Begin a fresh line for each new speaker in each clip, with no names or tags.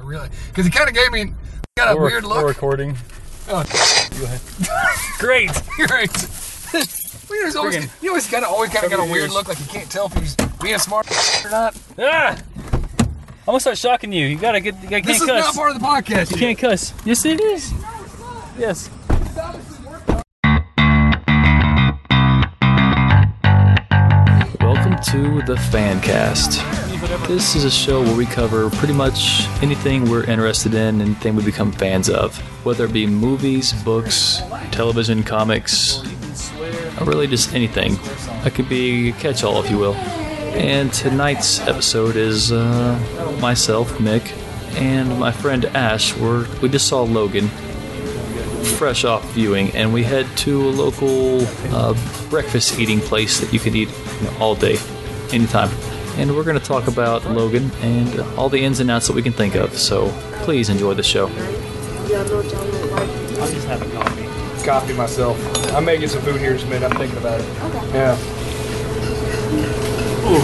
really, because he kind of gave me got a
We're-
weird
we're
look.
recording.
Oh.
You ahead. Great.
You're right. Well, there's always,
Friggin'
you always kind of always kind of got a
covered
weird
ears.
look, like you can't tell if he's being smart or not.
Ah! I'm gonna start shocking you. You gotta get. You gotta,
This
can't
is not
cuss.
part of the podcast.
you can't cuss. Yes, it is. Yes.
Welcome to the Fancast. This is a show where we cover pretty much anything we're interested in, anything we become fans of, whether it be movies, books, television, comics, or really just anything. I could be a catch-all, if you will. And tonight's episode is uh, myself, Mick, and my friend Ash. We're, we just saw Logan, fresh off viewing, and we head to a local uh, breakfast eating place that you can eat you know, all day, anytime. And we're going to talk about Logan and all the ins and outs that we can think of. So please enjoy the show.
I'll just have a coffee.
copy myself. I may get some food here in a minute. I'm thinking about it. Yeah. Ooh.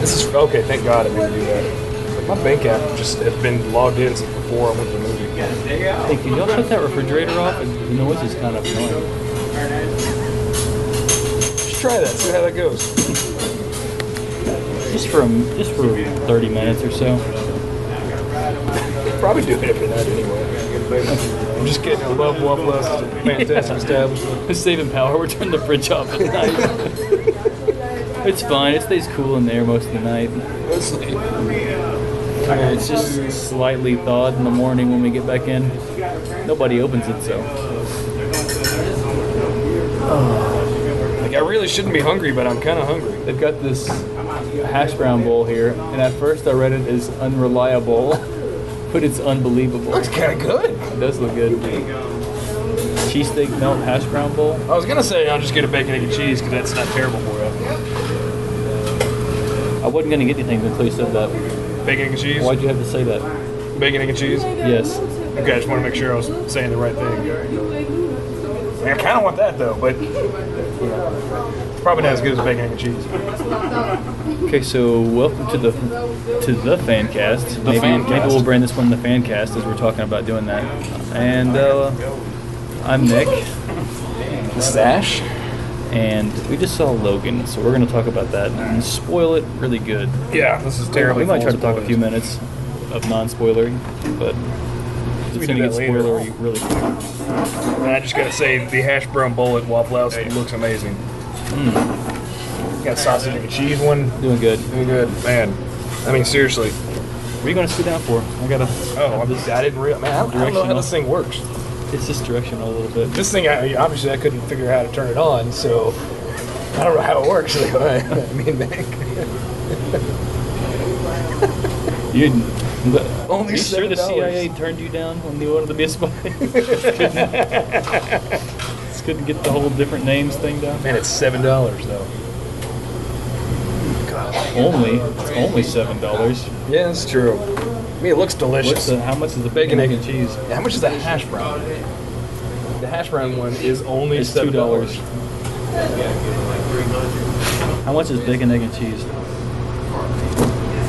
This is okay. Thank God I didn't do that. My bank app just has been logged in since before I went to the movie.
Hey, can y'all shut that refrigerator off? The noise is kind of annoying.
Just try that. See how that goes.
Just for a m- just for 30 minutes or so.
Probably do it every night anyway. I'm just kidding. I love Waffle House. It's a fantastic establishment.
Saving power. We're turning the fridge off at night. it's fine. It stays cool in there most of the night. Yeah, It's just slightly thawed in the morning when we get back in. Nobody opens it, so
Like I really shouldn't be hungry, but I'm kind of hungry.
they've got this hash brown bowl here. And at first, I read it as unreliable, but it's unbelievable.
Looks
It
kind of good.
does look good. Cheesesteak melt hash brown bowl.
I was gonna say I'll just get a bacon egg and cheese because that's not terrible for you.
I wasn't gonna get anything until you said that.
Bacon egg and cheese.
Why'd you have to say that?
Bacon egg and cheese.
Yes.
Okay, I just want to make sure I was saying the right thing. I kind of want that though, but probably not as good as bacon egg and cheese.
Okay, so welcome to the to the fan cast. maybe,
fan
maybe
cast.
we'll brand this one the fan cast as we're talking about doing that. And uh, I'm Nick,
Sash.
and we just saw Logan, so we're gonna talk about that and spoil it really good.
Yeah, this is terribly.
we might try to
full of
talk a few
spoilers.
minutes of non-spoilery, but
We
it's gonna
can do
get
that later.
spoilery really quick.
And I just gotta say, the hash brown bowl at Waffle House looks amazing. Hmm. Got sausage and cheese one.
Doing good.
Doing good, man. I mean, seriously.
What are you gonna sit down for? I gotta.
Oh, I'm- I didn't real man. I don't- I don't know how
Directional.
this thing works.
It's just directional a little bit.
This thing, I, obviously, I couldn't figure out how to turn it on, so I don't know how it works. though. I mean,
You
Only
you sure the
$7.
CIA turned you down when you wanted to be a spy? Couldn't- Just couldn't get the whole different names thing down.
man, it's seven dollars though.
Only, it's only seven dollars.
Yeah, that's true. I mean, it looks
What's
delicious.
the, how much is the
Bacon,
bacon,
egg,
egg, and cheese?
How much is that hash brown? The hash brown one is only
It's two dollars. How much is bacon, egg, and cheese?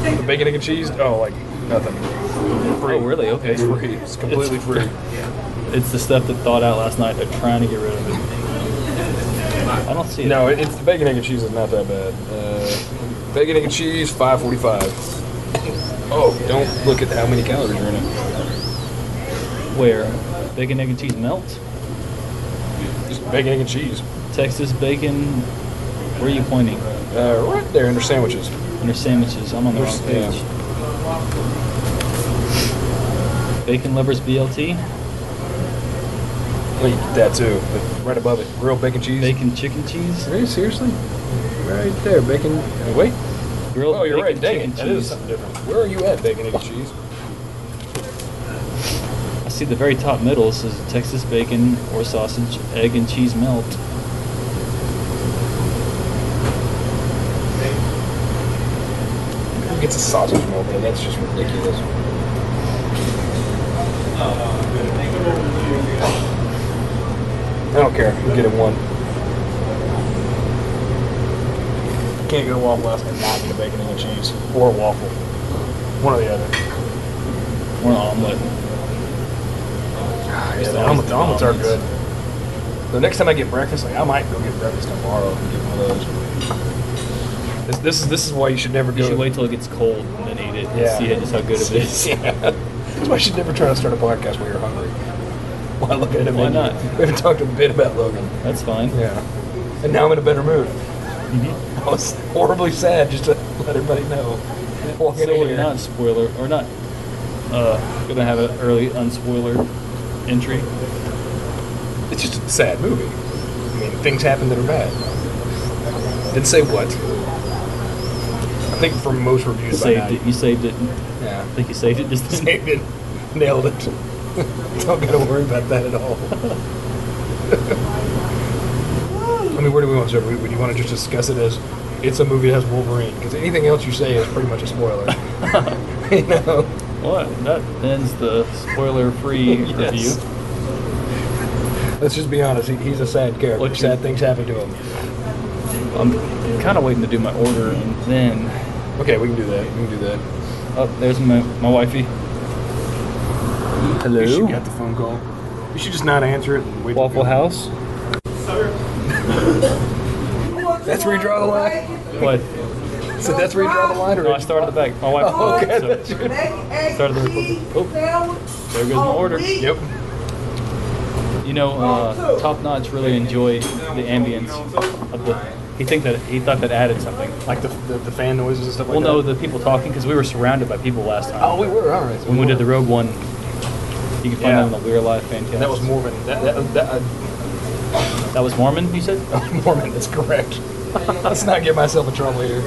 The bacon, egg, and cheese? Oh, like nothing. Free.
Oh, really? Okay.
It's free. It's completely free.
It's the stuff that thawed out last night. They're trying to get rid of it. I don't see it.
No, it, it's the bacon, egg, and cheese is not that bad. Uh, bacon, egg, and cheese, five forty-five. Oh, don't look at how many calories are in it.
Where? Bacon, egg, and cheese melt?
Just bacon, egg, and cheese.
Texas bacon. Where are you pointing?
Uh, right there under sandwiches.
Under sandwiches. I'm on the wrong
Yeah.
page. Bacon lovers BLT.
Well, you get that too. but Right above it, grilled bacon cheese.
Bacon chicken cheese.
Really? Seriously? Right there, bacon. Wait.
Grilled
Oh, you're
bacon
right. Dang
chicken
it. That is
cheese.
something different. Where are you at, bacon, egg, and cheese?
I see the very top middle says Texas bacon or sausage, egg and cheese melt.
Who gets a sausage melt? And that's just ridiculous. I don't care. I'm getting one. Can't go to Waffle House and not get a bacon, egg, and cheese. Or a waffle. One or the other.
or an omelet.
Ah, yes, the omelets, the omelets are good. The next time I get breakfast, like I might go get breakfast tomorrow and get one of those. This, this is this is why you should never
You
go.
should wait till it gets cold and then eat it and
Yeah.
see it, just how good it is.
Yeah. That's why you should never try to start a podcast when you're hungry. Why look at it?
Why not?
We haven't talked a bit about Logan.
That's fine. Mm-hmm.
Yeah. And now I'm in a better mood. I was horribly sad just to let everybody know. Walking
So
in
we're
here.
not spoiler or not. Uh, gonna have an early unspoiler entry.
It's just a sad movie. I mean, things happen that are bad. Didn't say what. I think for most
You
reviews, by
saved
now-
it. You saved it.
Yeah.
I think you saved it just then.
Saved it. Nailed it. Don't gotta worry about that at all. I mean, where do we want to start? Would you want to just discuss it as it's a movie that has Wolverine? Because anything else you say is pretty much a spoiler. you know?
What? That ends the spoiler-free
Yes.
review.
Let's just be honest. He, he's a sad character.
What's your-
sad things happen to him.
I'm kind of waiting to do my order, and then
Okay, we can do that. We can do that.
oh, there's my my wifey.
You should
Hello,
get the phone call. You should just not answer it. And wait
Waffle House.
That's where you draw the line.
What?
So that's where you draw the line, or
No, I started at the back. My wife.
Oh, okay.
So Started the recording.
Oh,
there goes my order.
Yep.
You know, uh, Top Notch really enjoyed the ambience of the. He think that he thought that added something.
Like the, the, the fan noises and stuff
Well,
like
no,
that.
the people talking because we were surrounded by people last time.
Oh, we were all right.
when we did the Rogue One, you can find
Yeah.
that on the We're Alive fan cast.
That was Mormon. That, that, uh, that,
that was Mormon. You said
uh, Mormon. That's correct. Let's not get myself in trouble here.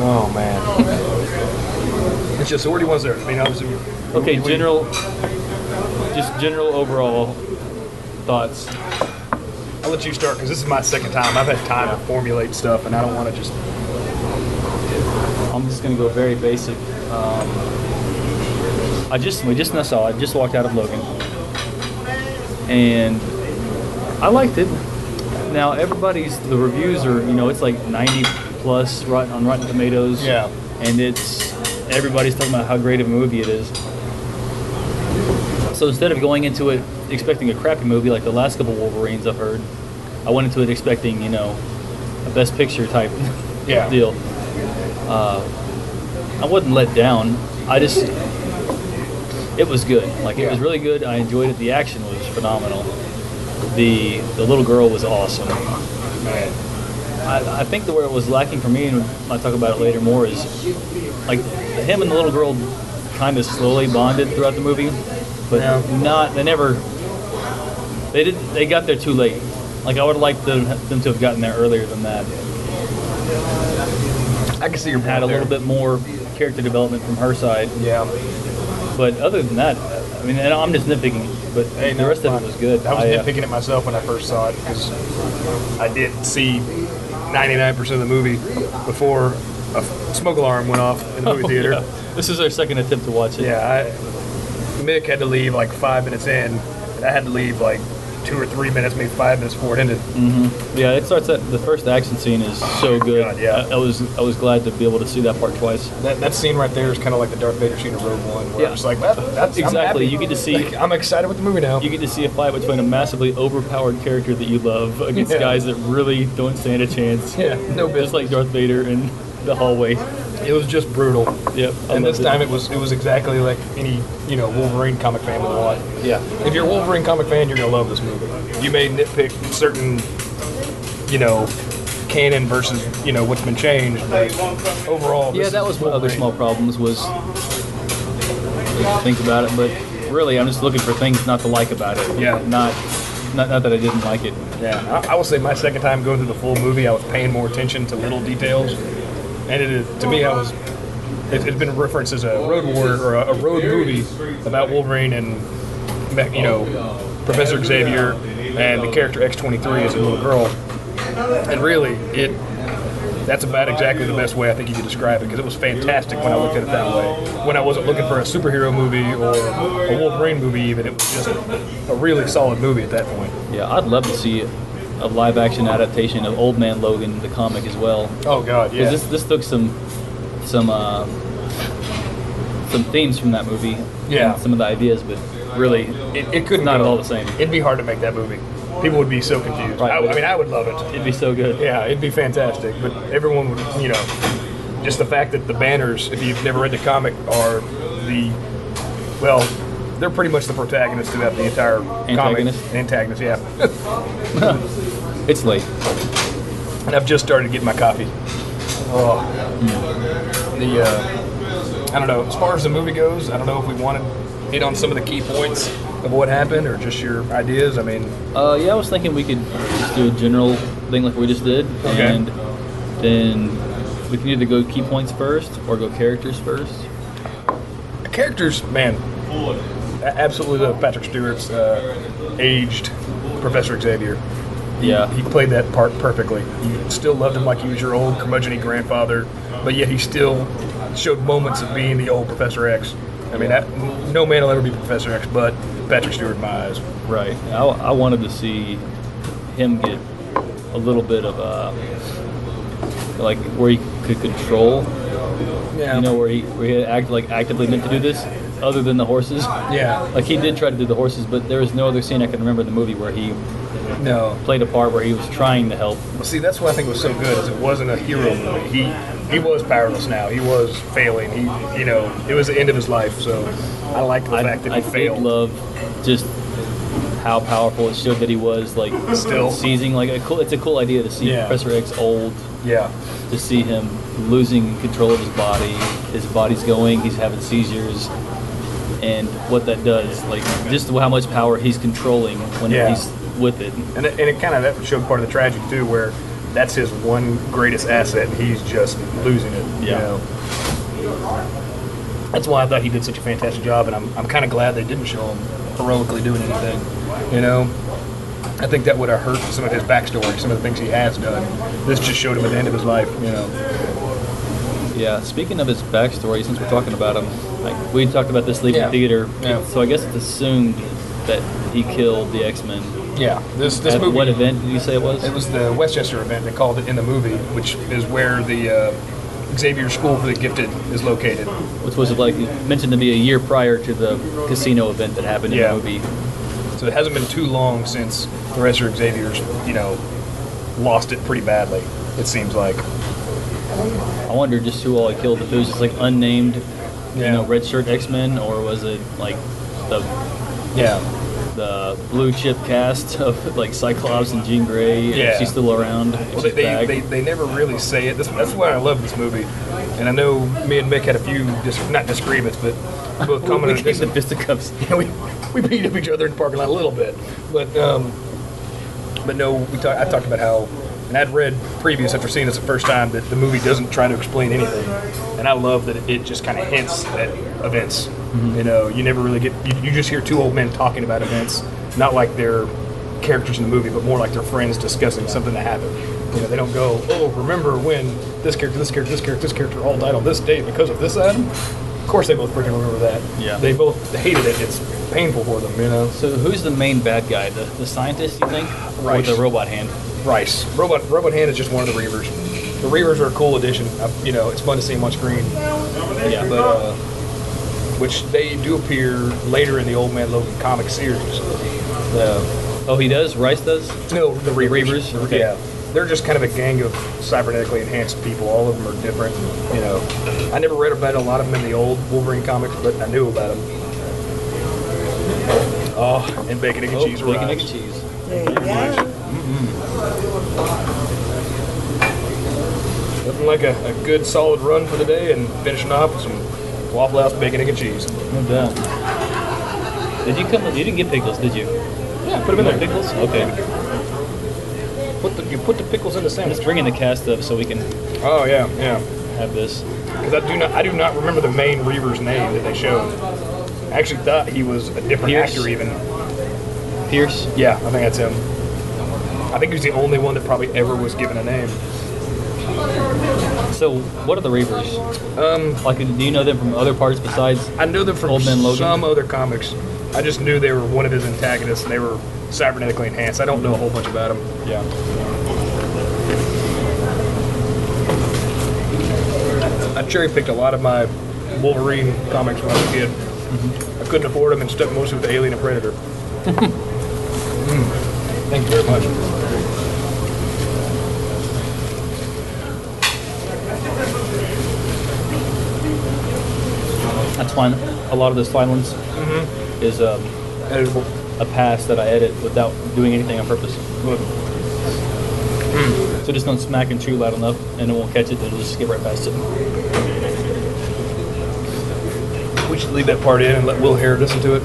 Oh man. it's just so where do you want to start? I mean, obviously.
okay.
we- we-
General, just general overall thoughts.
I'll let you start because this is my second time. I've had time to formulate stuff, and I don't want to just.
I'm just gonna go very basic. Um, I just we just now saw it. Just walked out of Logan, and I liked it. Now everybody's the reviews are you know it's like 90 plus rotten, on Rotten Tomatoes.
Yeah.
and it's everybody's talking about how great of a movie it is. So instead of going into it expecting a crappy movie like the last couple Wolverines I've heard, I went into it expecting you know a Best Picture type
Yeah.
deal. Uh, I wasn't let down. I just, it was good. Like it was
Yeah.
really good. I enjoyed it. The action was phenomenal. The the little girl was awesome.
Man.
I, I think the where it was lacking for me, and I talk about it later more, is like him and the little girl kind of slowly bonded throughout the movie, but
Yeah.
not. They never. They did. They got there too late. Like I would have liked them, them to have gotten there earlier than that.
I can see your point
Had a
there.
little bit more character development from her side.
Yeah.
But other than that, I mean, and I'm just nitpicking, but
Hey,
the
no,
rest of
fine.
it was good.
I was
I, uh,
nitpicking at myself when I first saw it because I did see 99% of the movie before a f- smoke alarm went off in the movie theater.
Oh, yeah. This is our second attempt to watch it.
Yeah, I, Mick had to leave like five minutes in, and I had to leave like two or three minutes, maybe five minutes before it ended.
Yeah, it starts at the first action scene is so good.
Oh God, yeah.
I, I was I was glad to be able to see that part twice.
That, that scene right there is kind of like the Darth Vader scene in Rogue One, where
Yeah.
I'm just like, well, that's I'm
Exactly,
happy.
you get to see-
Like, I'm excited with the movie now.
You get to see a fight between a massively overpowered character that you love against
Yeah.
guys that really don't stand a chance.
yeah, no
Just
business.
like Darth Vader in the hallway.
it was just brutal,
Yep. I
and this
loved
time it was it was exactly like any you know Wolverine comic fan would want.
Yeah.
If you're a Wolverine comic fan, you're gonna love this movie. You may nitpick certain, you know, canon versus you know what's been changed. But overall,
Yeah,
this
that
is
was one of the
Wolverine.
small problems was think about it, but really I'm just looking for things not to like about it.
Yeah.
Not not not that I didn't like it.
Yeah, I, I will say my second time going through the full movie, I was paying more attention to little details, and it is- to me, I was it had been referenced as a road war or a, a road movie about Wolverine and you know Professor Xavier and the character X twenty three is a little girl, and really it. That's about exactly the best way I think you could describe it because it was fantastic when I looked at it that way. When I wasn't looking for a superhero movie or a Wolverine movie, even it was just a really solid movie at that point.
Yeah, I'd love to see a live action adaptation of Old Man Logan, the comic as well.
Oh God,
'Cause This this took some some uh, some themes from that movie.
Yeah.
and some of the ideas, but really,
It, it couldn't
not at
go.
all the same.
It'd be hard to make that movie. People would be so confused.
Right,
I,
but-
I mean, I would love it.
It'd be so good.
Yeah, it'd be fantastic. But everyone would, you know, just the fact that the banners, if you've never read the comic, are the well, they're pretty much the protagonist throughout the entire
Antagonist?
comic. Antagonist, yeah.
It's late.
and I've just started getting my coffee. Oh, the uh, I don't know. As far as the movie goes, I don't know if we want to hit on some of the key points of what happened or just your ideas. I mean,
Uh, yeah, I was thinking we could just do a general thing like we just did,
Okay.
and then we can either go key points first or go characters first.
characters, man, I absolutely love Patrick Stewart's uh, aged Professor Xavier.
Yeah,
He played that part perfectly. You still loved him like he was your old curmudgeony grandfather, but yet he still showed moments of being the old Professor X. I mean, that, no man will ever be Professor X, but Patrick Stewart in my eyes.
right. I, I wanted to see him get a little bit of uh, like where he could control.
Yeah.
You know, where he where he act like actively meant to do this, other than the horses.
yeah.
Like he did try to do the horses, but there is no other scene I can remember in the movie where he
No.
played a part where he was trying to help.
Well, See, that's what I think was so good is it wasn't a hero movie. He he was powerless now. He was failing. He you know it was the end of his life. So I liked the fact that
I
he failed.
did love just how powerful it showed that he was. Like
Still.
seizing like a cool. It's a cool idea to see
Yeah.
Professor X old,
yeah.
to see him losing control of his body. His body's going. He's having seizures, and what that does, like just how much power he's controlling when
Yeah.
he's with it.
And it, and it kind of that showed part of the tragedy too, where that's his one greatest asset, and he's just losing it. you
Yeah.
know? That's why I thought he did such a fantastic job, and I'm, I'm kind of glad they didn't show him heroically doing anything. You know, I think that would have hurt some of his backstory, some of the things he has done. This just showed him at the end of his life. You know.
Yeah, speaking of his backstory, since we're talking about him, like we talked about this leaving
Yeah.
theater,
Yeah.
so I guess it's assumed that he killed the X Men.
Yeah. This this
At
movie.
what event did you say it was?
It was the Westchester event they called it in the movie, which is where the uh, Xavier School for the Gifted is located.
Which was like mentioned to me a year prior to the casino event that happened in
Yeah.
the movie.
So it hasn't been too long since Professor Xavier's, you know, lost it pretty badly. It seems like.
I wonder just who all he killed. If it was just like unnamed, you
Yeah.
know, red shirt X Men, or was it like the
Yeah.
the blue chip cast of like Cyclops and Jean Grey? if
Yeah.
she's still around. if
Well, they,
she's
they,
back.
they, they never really say it. That's, that's why I love this movie. And I know me and Mick had a few dis- not disagreements, but both
we,
commented.
we
on
came
this-
to fisticuffs.
Yeah, we, we beat up each other in the parking lot a little bit, but um, but no, we talk, I talked about how, and I'd read previews after seeing this the first time that the movie doesn't try to explain anything, and I love that it, it just kind of hints at events. You know, you never really get you, you just hear two old men talking about events, not like they're characters in the movie, but more like they're friends discussing something that happened. You know, they don't go, oh, remember when this character, this character, this character, this character all died on this day because of this item. Of course, they both freaking remember that.
Yeah.
They both hated it. It's painful for them, you know.
So who's the main bad guy? The, the scientist, you think,
Right.
or the robot hand?
Rice. Robot Robot Hand is just one of the Reavers. The Reavers are a cool addition. I, you know, it's fun to see them on screen.
Yeah.
But uh, which they do appear later in the Old Man Logan comic series. Uh,
oh, he does. Rice does.
no, the Reavers.
Reavers? Okay.
Yeah. They're just kind of a gang of cybernetically enhanced people. All of them are different. You know, I never read about a lot of them in the old Wolverine comics, but I knew about them. Oh, and bacon, egg, and
Oh,
cheese.
bacon,
rhymes.
egg, and cheese.
There you go.
Nothing like a, a good solid run for the day and finishing off with some Waffle House bacon, egg, and cheese.
No doubt. Did you come? You didn't get pickles, did you?
Yeah, put them
No
in there.
pickles. Okay.
Put the, you put the pickles in the
Let's
sandwich.
bring in the cast up so we can
Oh yeah, yeah.
have this.
Because I do not I do not remember the main Reaver's name that they showed. I actually thought he was a different
Pierce?
actor even.
Pierce.
Yeah, I think that's him. I think he was the only one that probably ever was given a name.
So, what are the Reavers? Um, like, do you know them from other parts besides?
I knew them from
Old Man Logan?
some other comics. I just knew they were one of his antagonists and they were cybernetically enhanced. I don't know a whole bunch about them.
Yeah.
I cherry picked a lot of my Wolverine comics when I was a kid.
Mm-hmm.
I couldn't afford them and stuck mostly with Alien and Predator. Mm. Thank you very much.
That's fine. A lot of those fine ones
Mm-hmm.
is um,
Edible.
a pass that I edit without doing anything on purpose. Hmm.
Good.
So just don't smack and chew loud enough, and it won't catch it. It'll just skip right past it.
We should leave that part in and let Will Hare listen to it.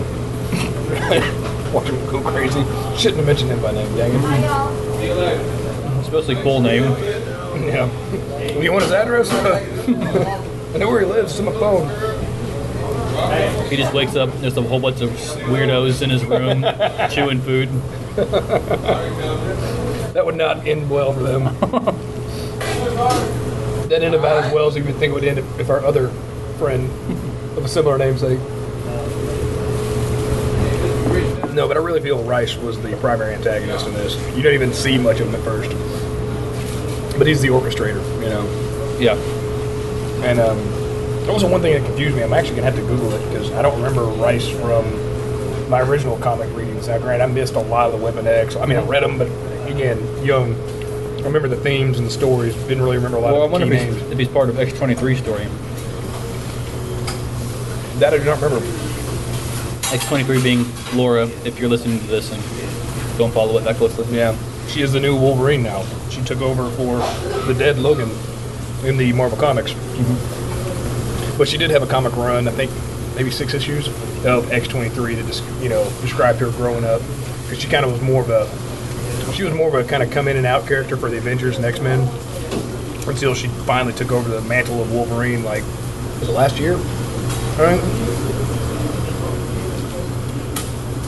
Watch him go crazy. Shouldn't have mentioned him by name, dang it.
Especially full name.
Yeah. You want his address? I know where he lives. It's on my phone.
He just wakes up. There's a whole bunch of weirdos in his room chewing food.
That would not end well for them. that ended about as well as you would think it would end if, if our other friend of a similar namesake. No, but I really feel Rice was the primary antagonist in this. You don't even see much of him at first. But he's the orchestrator, you know.
Yeah.
And um, that was the one thing that confused me. I'm actually going to have to Google it because I don't remember Rice from my original comic readings. Now, granted, I missed a lot of the Weapon X. I mean, I read them, but again, young. I remember the themes and the stories. Didn't really remember a lot
Well, I
of the
wonder
key
if he's,
names.
if he's part of X23 story.
That I do not remember.
X23 being Laura, if you're listening to this and don't follow it that closely.
Yeah, she is the new Wolverine now. She took over for the dead Logan in the Marvel Comics. But she did have a comic run, I think maybe six issues of X twenty three that just you know described her growing up because she kind of was more of a she was more of a kind of come in and out character for the Avengers and X Men until she finally took over the mantle of Wolverine. Like was it last year? All right.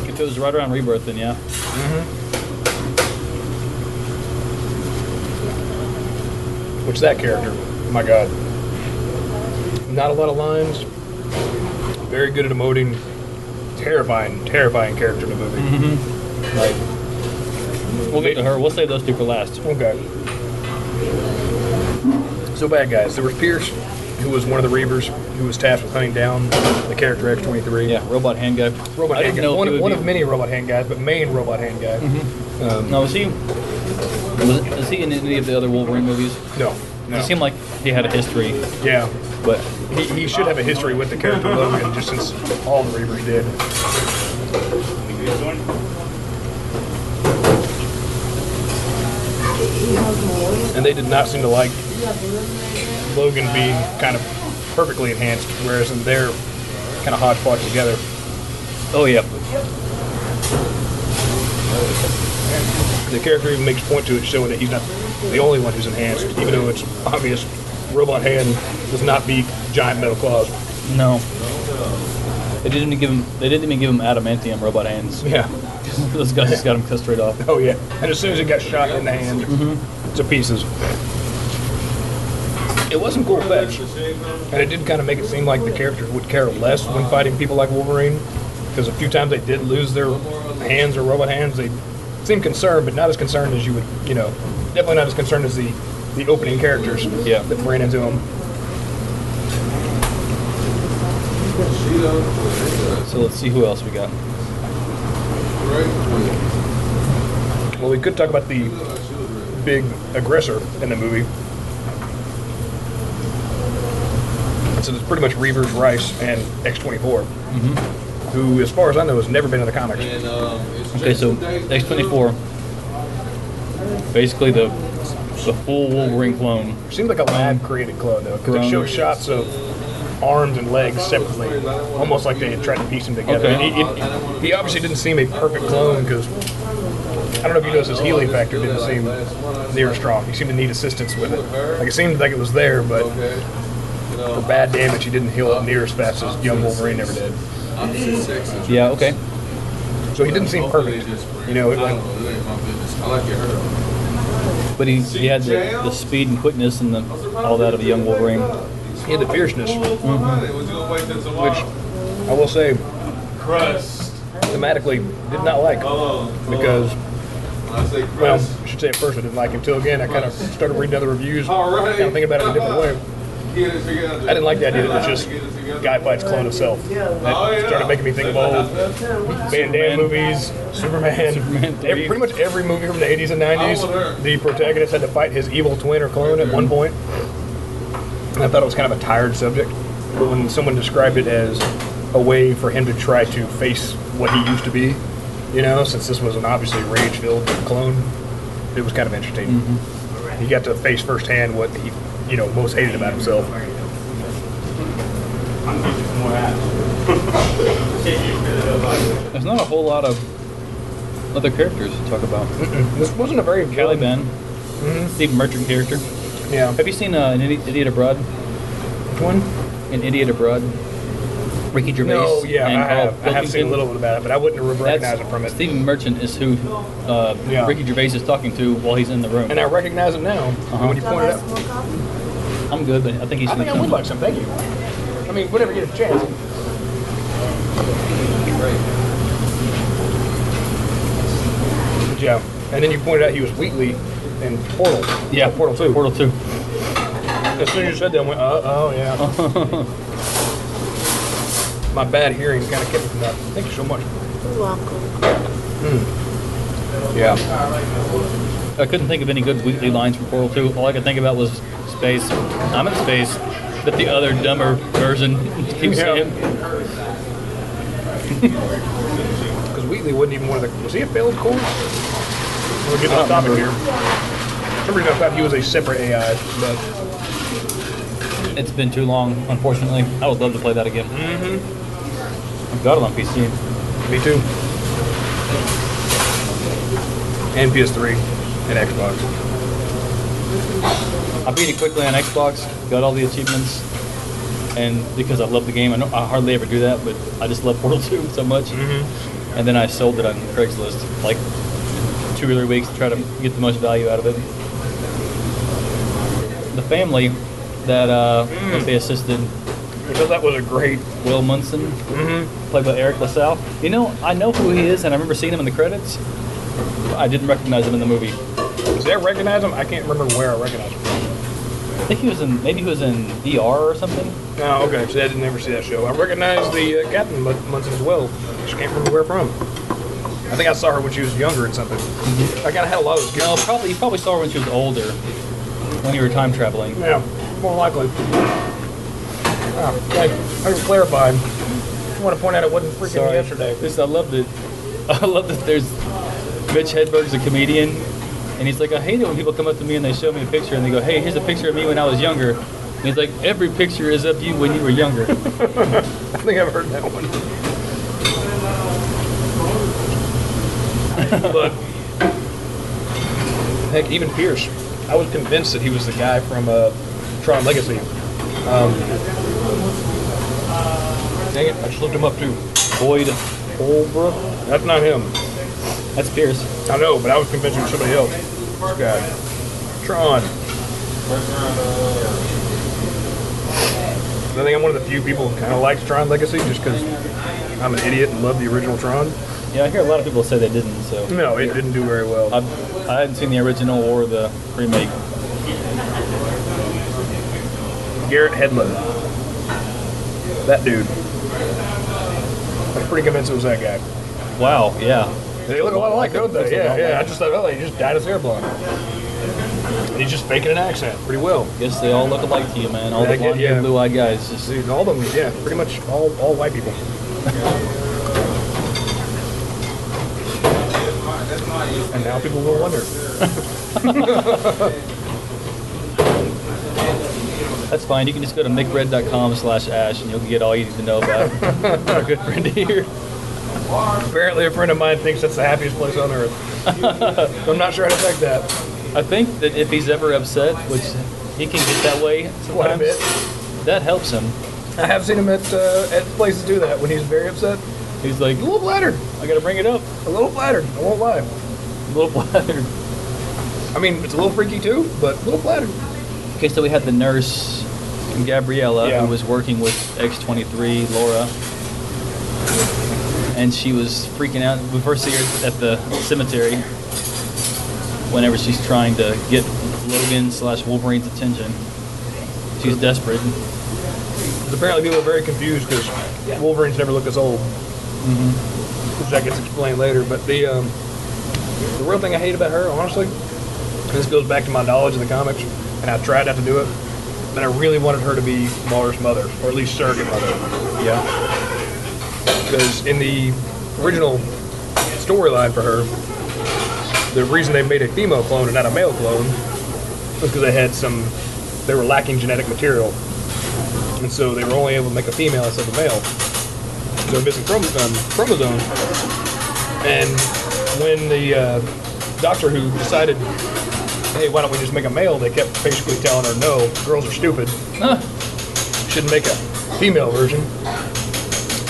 If it was right around Rebirth, then yeah.
Which that character, my God, not a lot of lines. Very good at emoting. Terrifying, terrifying character in the movie.
Mm-hmm.
Like,
We'll get to her. We'll save those two for last.
okay. So bad guys. There was Pierce, who was one of the Reavers, who was tasked with hunting down the character X twenty three.
Yeah, robot hand guy.
Robot
I didn't
hand guy.
know Mm-hmm.
One,
if he would
of- one
be-
of many robot hand guys, but main robot hand guy.
No, was he? Was, was he in any of the other Wolverine movies?
No,
He
no.
seemed like he had a history,
Yeah,
but
he, he should have a history with the character Logan, just since all the Reavers did. and they did not seem to like Logan being kind of perfectly enhanced, whereas in their kind of hodgepodge together.
oh yeah,
The character even makes point to it, showing that he's not the only one who's enhanced, even though it's obvious Robot Hand does not beat giant metal claws.
no. They didn't even give him. They didn't even give him adamantium robot hands.
Yeah.
Those guys just got him cut straight off.
Oh, yeah. And as soon as it got shot in the hand to pieces, it wasn't cool effects. And it did kind of make it seem like the characters would care less when fighting people like Wolverine. Because a few times they did lose their hands or robot hands. They seemed concerned, but not as concerned as you would, you know, definitely not as concerned as the, the opening characters
Yeah.
that ran into them.
So let's see who else we got.
Well, we could talk about the big aggressor in the movie. So it's pretty much Reavers, Rice, and X24,
Mm-hmm.
who, as far as I know, has never been in the comics.
Okay, so X24, basically the the full Wolverine clone.
Seemed like a lab created clone, though, because
Mm. Grown.
it showed shots of arms and legs separately, almost like they had tried to piece them together.
Okay.
It- it- he obviously didn't seem a perfect clone because I don't know if you noticed his healing factor didn't seem near as strong. He seemed to need assistance with it. Like it seemed like it was there, but for bad damage, he didn't heal up near as fast as young Wolverine ever did.
Yeah, okay.
So he didn't seem perfect. You know, it, like,
But he, he had the, the speed and quickness and the, all that of a young Wolverine.
he had the fierceness,
Mhm.
which I will say,
Crust.
thematically, did not like because
I say
Well,
crust.
I should say at first I didn't like it. Until again, I kind of started reading other reviews,
All right.
kind of thinking about it in a different way.
get it together.
I didn't like the idea that it was just guy fights clone himself.
Oh,
That started making me think of old Van Damme movies, Superman,
Superman
every-
three.
pretty much every movie from the 80s and 90s. The protagonist had to fight his evil twin or clone at one point. And I thought it was kind of a tired subject. But when someone described it as a way for him to try to face what he used to be, you know, since this was an obviously rage filled clone, it was kind of entertaining. He got to face firsthand what he, you know, most hated about himself.
There's not a whole lot of other characters to talk about.
This wasn't a very
Caliban,
Mm-hmm.
the merchant character.
Yeah.
Have you seen uh, an Idi- idiot abroad?
One?
An idiot abroad. Ricky Gervais.
No, yeah, I
and Carl
have, I have seen a
Pilkington?
little bit about it, but I wouldn't have recognized it
That's
from it.
Stephen Merchant is who uh,
Yeah.
Ricky Gervais is talking to while he's in the room.
And I recognize it now
Uh-huh.
when you
Y'all
point it
like
out.
some more coffee?
I'm good, but I think he's.
I think I would like some. Thank you. I mean, whenever you get a chance. Yeah, and then you pointed out he was Wheatley in Portal. Oh,
Yeah,
Portal Two.
Portal Two.
As soon as you said that, I went, uh, oh yeah. My bad hearing kind of kept it from that. Thank you so much.
You're welcome.
Yeah.
I couldn't think of any good weekly lines from Portal Two. All I could think about was space. I'm in space. That the other dumber version keeps
Yeah.
saying.
Because Wheatley wasn't even one of the. Was he a failed course? We're getting
I
off
don't
topic
remember.
here. For some reason, I thought he was a separate AI, but
It's been too long, unfortunately. I would love to play that again. Mm-hmm. I've got it on PC.
me too. And PS3 and Xbox.
I beat it quickly on Xbox, got all the achievements, and because I love the game, I, know, I hardly ever do that, but I just love Portal 2 so much. And then I sold it on Craigslist like two or three weeks to try to get the most value out of it. The family that, uh, that they assisted,
Because that was a great.
Will Munson, played by Eric LaSalle. You know, I know who he is, and I remember seeing him in the credits. but I didn't recognize him in the movie.
Did I recognize him? I can't remember where I recognized him.
I think he was in maybe he was in ER or something.
Oh, okay. So I didn't ever see that show. I recognized the uh, Captain Mun- Munson as well. Just can't remember where from. I think I saw her when she was younger and something. I kind of had a lot of those.
No, probably you probably saw her when she was older, when you were time traveling.
Yeah, more likely. Oh, thank you. Thanks for clarifying. I want to point out it wasn't freaking yesterday.
This, I love that. I love that. There's Mitch Hedberg's a comedian, and he's like, I hate it when people come up to me and they show me a picture and they go, Hey, here's a picture of me when I was younger. And he's like, Every picture is of you when you were younger.
I think I've heard that one. but heck, even Pierce, I was convinced that he was the guy from uh, Tron Legacy. Um, dang it, I just looked him up too.
Boyd Holbrook.
That's not him.
That's Pierce.
I know, but I was convinced it was somebody else. This guy, Tron. I think I'm one of the few people who kind of likes Tron Legacy just because I'm an idiot and love the original Tron.
Yeah, I hear a lot of people say they didn't. So
No, it didn't do very well.
I I hadn't seen the original or the remake.
Garrett Hedlund. That dude. I'm pretty convinced it was that guy.
Wow. Yeah.
They look a lot alike, don't they? Yeah, yeah. I just thought, oh, he just dyed his hair blonde. And he's just faking an accent pretty well.
Guess they all look alike to you, man. All the
Yeah, I get-
blonde hair,
yeah.
blue eyed guys. Just
Dude, all of them, yeah, pretty much all, all white people. and now people will wonder.
That's fine. You can just go to mickred.com slash ash and you'll get all you need to know about our good friend here.
Apparently, a friend of mine thinks that's the happiest place on earth. I'm not sure how to take that.
I think that if he's ever upset, which he can get that way
Quite a
sometimes,
bit.
that helps him.
I have seen him at uh, at places do that when he's very upset.
He's like,
A little flattered,
I gotta bring it up.
a little flattered. I won't lie.
A little flattered.
I mean, it's a little freaky too, but a little flattered.
Okay, so we had the nurse, Gabriella,
Yeah.
who was working with X23, Laura. And she was freaking out. We first see her at the cemetery whenever she's trying to get Logan slash Wolverine's attention. She She's desperate.
Because apparently people are very confused because Wolverines never look this old. Which I guess explained later. But the um, the real thing I hate about her, honestly, and this goes back to my knowledge of the comics, and I tried not to do it. And I really wanted her to be Mara's mother, or at least surrogate mother. Yeah. Because in the original storyline for her, the reason they made a female clone and not a male clone was because they had some, they were lacking genetic material and so they were only able to make a female instead of a male. So missing um, chromosome, chromosomes. And when the uh, doctor who decided, hey, why don't we just make a male? They kept basically telling her, no, girls are stupid.
Huh.
Shouldn't make a female version.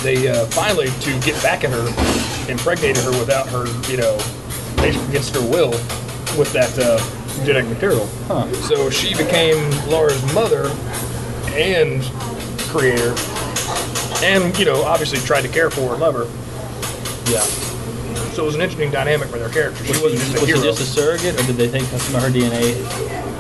They uh, finally, to get back at her, impregnated her without her, you know, basically against her will, with that uh, genetic material.
Huh.
So she became Laura's mother and creator, and you know, obviously tried to care for and love her.
Yeah.
So it was an interesting dynamic for their character. She
Was,
wasn't just a
was it
hero.
just a surrogate, or did they take some of her DNA?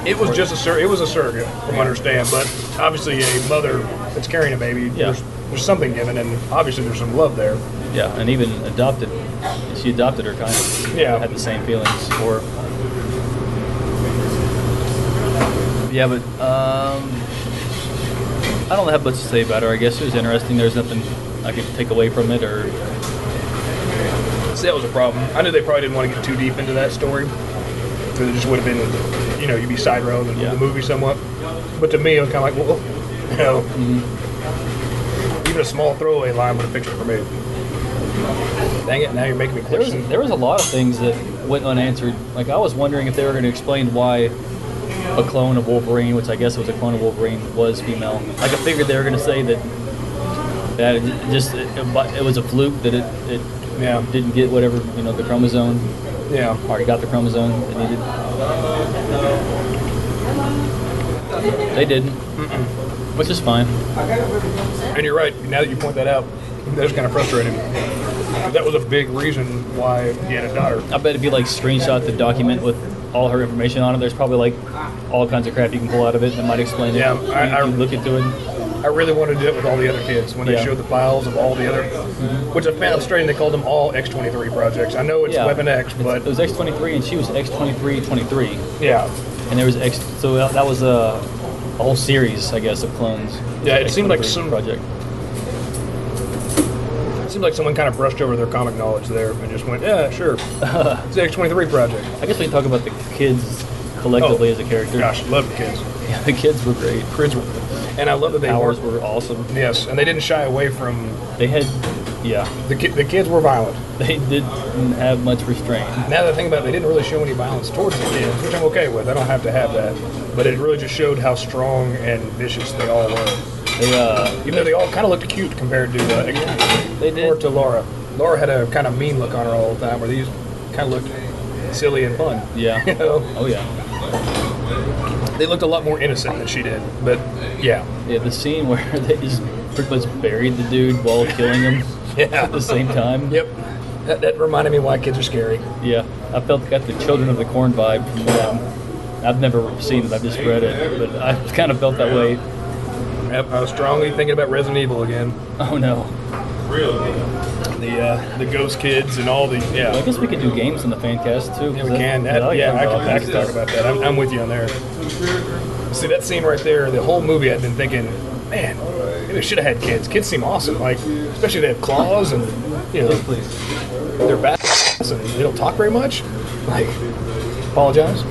it was just a sur- it was a surrogate, from what I understand. But obviously, a mother that's carrying a baby,
Yeah.
there's, there's something given, and obviously there's some love there.
Yeah, and even adopted. She adopted her, kind of.
Yeah.
Had the same feelings, or. Yeah, but um, I don't have much to say about her. I guess it was interesting. There's nothing I could take away from it, or
See, that was a problem. I knew they probably didn't want to get too deep into that story. Because it just would have been, you know, you'd be side road in
Yeah.
the movie somewhat. But to me, I'm kind of like, well, you know, even a small throwaway line would have fixed it for me. Dang it, now you're making me
There was,
question.
there was a lot of things that went unanswered. Like I was wondering if they were going to explain why a clone of Wolverine, which I guess was a clone of Wolverine, was female. Like I figured they were going to say that that it just it, it was a fluke that it, it
Yeah.
didn't get whatever you know the chromosome
Yeah.
or it got the chromosome it needed. They didn't, which is fine.
And you're right, now that you point that out, that's kind of frustrating. That was a big reason why he had a daughter.
I bet if you like screenshot the document with all her information on it, there's probably like all kinds of crap you can pull out of it that might explain
Yeah,
it. You-
I- I-
you look into it.
I really wanted to do it with all the other kids when they
Yeah.
showed the files of all the other, which I found frustrating. They called them all X23 projects. I know it's
Yeah.
Weapon X, but
It was X23 and she was X23 23.
yeah,
And there was X, so that, that was a, a whole series, I guess, of clones.
Yeah, it seemed like
X23
some-
project.
it seemed like someone kind of brushed over their comic knowledge there and just went, yeah, sure, it's the X23 project.
I guess we can talk about the kids collectively
Oh.
as a character.
Gosh, love the kids.
Yeah, the kids were great.
Kids were, and I love that they
Powers
weren't-
were awesome.
Yes, and they didn't shy away from
They had, yeah,
the ki- the kids were violent.
they didn't have much restraint.
Now that I think about it, they didn't really show any violence towards the kids, which I'm okay with. I don't have to have that. But it really just showed how strong and vicious they all were.
They, uh,
Even though they all kind of looked cute compared to uh, X-Men.
They did.
Or to Laura. Laura had a kind of mean look on her all the time, where these kind of looked silly and fun. You
yeah.
know,
Oh, yeah.
they looked a lot more innocent than she did. But yeah,
Yeah, the scene where they just pretty much buried the dude while killing him at
yeah,
the same time.
yep. That, that reminded me why kids are scary.
Yeah, I felt got the Children of the Corn vibe from them. I've never seen it, I've just read it, but I kind of felt that way.
Yep, I was strongly thinking about Resident Evil again.
Oh no.
Really?
The uh, the ghost kids and all the
I
yeah.
guess we could do games in the fan cast too.
Yeah,
'cause
we can. That,
like
yeah,
them
I can, I
dogs.
can talk about that. I'm, I'm with you on there. See that scene right there? The whole movie, I've been thinking, man, maybe we should have had kids. Kids seem awesome, like especially they have claws and you know
Please.
they're bad and they don't talk very much. Like, apologize.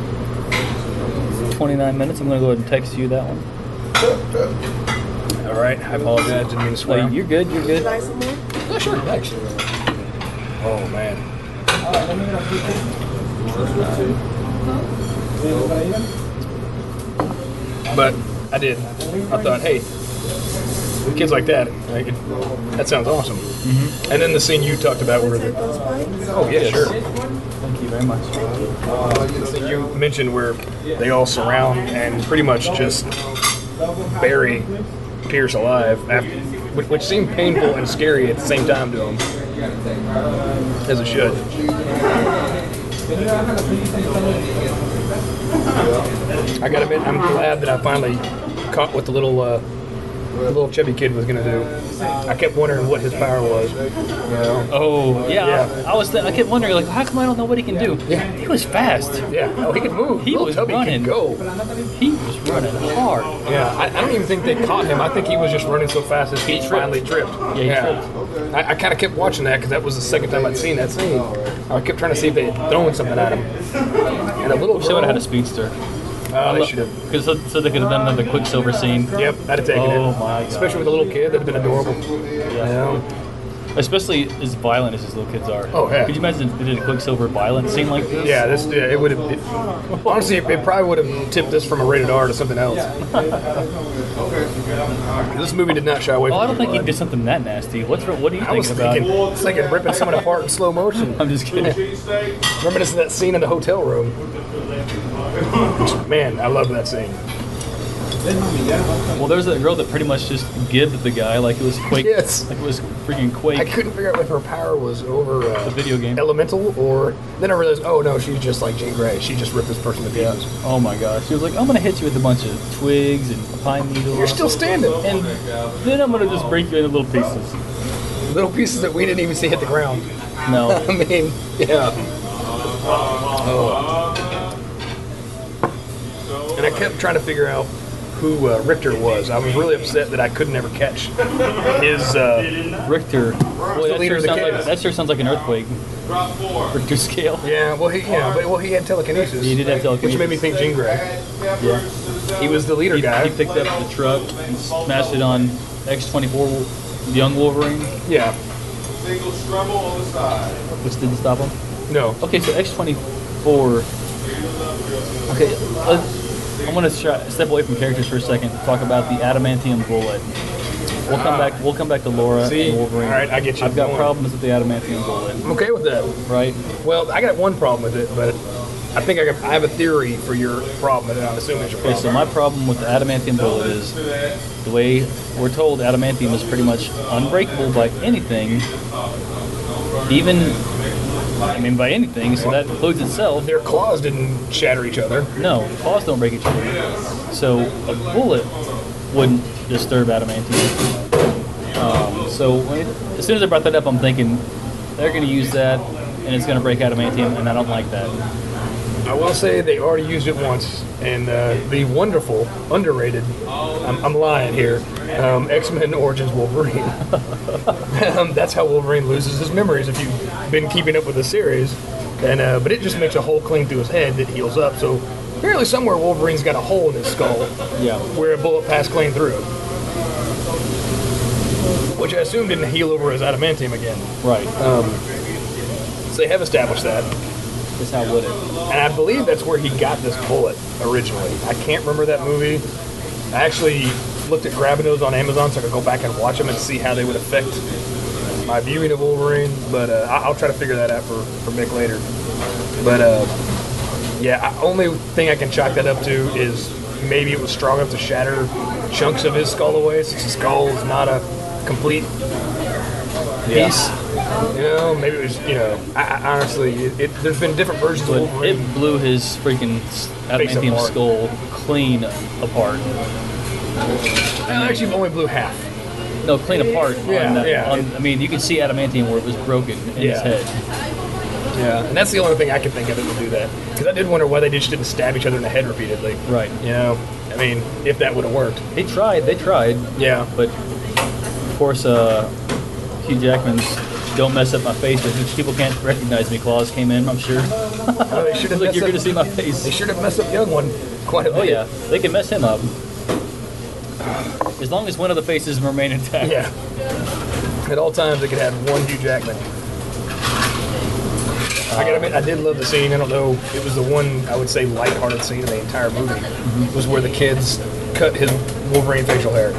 29 minutes. I'm gonna go ahead and text you that one.
All right, I apologize. Didn't mean to
Wait,
swear.
you're good. You're good.
Buy some more?
Yeah, sure, thanks. Oh man, but I did. I thought, hey, kids like that, like, that sounds awesome. And then the scene you talked about where
Take
the
those bites?
oh yeah, sure.
Thank you very much.
You mentioned where they all surround and pretty much just bury Pierce alive, after, which, which seemed painful and scary at the same time to him, as it should. I gotta admit, I'm glad that I finally caught what the little uh, the little chubby kid was gonna do. I kept wondering what his power was. You know?
Oh yeah,
Yeah.
I, I was. Th- I kept wondering like, how come I don't know what he can do?
Yeah.
he was fast.
Yeah, oh, he could move.
He
little
was
chubby
running.
could go.
He was running hard.
Yeah, I, I don't even think they caught him. I think he was just running so fast his feet
tripped.
finally tripped.
Yeah, he
I, I kind of kept watching that because that was the second time I'd seen that scene. I kept trying to see if they had thrown something at him. And a little.
Wish they would have had a
girl-
speedster.
Oh, they should have.
Because so, so they could have done another Quicksilver scene.
Yep, that'd have taken
Oh
it.
my God.
Especially with a little kid, that'd have been adorable. You know?
Especially as violent as these little kids are.
Oh, yeah.
Could you imagine if they did a Quicksilver violent scene like this?
Yeah, this yeah, it would have. It, honestly, it, it probably would have tipped this from a rated R to something else. this movie did not shy away.
Oh,
From
I don't think he
blood.
did something that nasty. What's wrong- what are you
I was
thinking about?
thinking, it's like it ripping someone apart in slow motion.
I'm just kidding.
Reminiscent of that scene in the hotel room. Man, I love that scene.
Well, there's that girl that pretty much just gibbed the guy like it was Quake.
Yes.
Like it was freaking
I
Quake.
couldn't figure out if her power was over uh,
The video game.
elemental or. Then I realized, oh no, she's just like Jean Grey. She just ripped this person to pieces.
Oh my gosh. She was like, I'm gonna hit you with a bunch of twigs and a pine needle.
You're still standing.
and then I'm gonna just break you into little pieces.
Little pieces that we didn't even see hit the ground.
No.
I mean, yeah. Oh.
Uh,
And I kept trying to figure out who uh, Richter was. I was really upset that I could never catch his. Uh,
Richter. Boy, that, sure
leader of the
sounds like,
chaos.
that sure sounds like an earthquake.
Drop four.
Richter scale.
yeah, well, he yeah, but, well, he had telekinesis.
He did have telekinesis.
which made me think Jean Grey.
Yeah.
He was the leader
He,
guy.
he picked up the truck and smashed it on X24 Young Wolverine,
yeah,
Single struggle on the side.
which didn't stop him.
no,
Okay, so X24. Okay, let I'm gonna try, step away from characters for a second and talk about the adamantium bullet. We'll come back. We'll come back to Laura
Ah. See?
and Wolverine.
All right, I get you.
I've got
Go on.
problems with the adamantium bullet,
I'm okay with that.
right?
Well, I got one problem with it, but I think I, got, I have a theory for your problem, and I'm assuming it's your
Okay,
problem.
so my problem with the adamantium bullet is the way we're told adamantium is pretty much unbreakable by anything, even I mean by anything. So that includes itself.
Their claws didn't shatter each other.
No, claws don't break each other. So a bullet wouldn't disturb adamantium. Um, so when it, as soon as I brought that up, I'm thinking they're going to use that and it's going to break adamantium, and I don't like that.
I will say they already used it once, and uh, the wonderful, underrated, I'm, I'm lying here, um, X Men Origins Wolverine. um, that's how Wolverine loses his memories if you've been keeping up with the series. And uh, But it just makes a hole clean through his head that heals up, so apparently somewhere Wolverine's got a hole in his skull
Yeah.
where a bullet passed clean through. Which I assume didn't heal over his adamantium again.
Right.
So they have established that.
Just how would it?
And I believe that's where he got this bullet originally. I can't remember that movie. I actually looked at grabbing those on Amazon so I could go back and watch them and see how they would affect my viewing of Wolverine. But uh, I- I'll try to figure that out for, for Mick later. But uh, yeah, I, only thing I can chalk that up to is maybe it was strong enough to shatter chunks of his skull away since his skull is not a complete
Yeah.
piece. You know, maybe it was, you know, I, I honestly, it, it, there's been different versions of
But
Wolverine.
it blew his freaking s-
Face
adamantium
apart.
skull clean apart.
I actually only blew half.
No, clean apart.
Yeah,
on that,
yeah.
On, I mean, you could see adamantium where it was broken in his
Yeah.
head.
Yeah, and that's the only thing I can think of that would do that. Because I did wonder why they just didn't stab each other in the head repeatedly.
Right.
You know, I mean, if that would have worked.
They tried. They tried.
Yeah.
But of course, uh, Hugh Jackman's "Don't mess up my face" because people can't recognize me. Claus came in. I'm sure.
Oh, they should have
Look,
messed
you're gonna
up.
see my
They
face.
should have messed up young one quite a bit.
Oh yeah, they can mess him up. As long as one of the faces remain intact.
Yeah. At all times, they could have one Hugh Jackman. I gotta admit, I did love the scene. I don't know, it was the one I would say lighthearted scene in the entire movie. Was where the kids cut his Wolverine facial hair.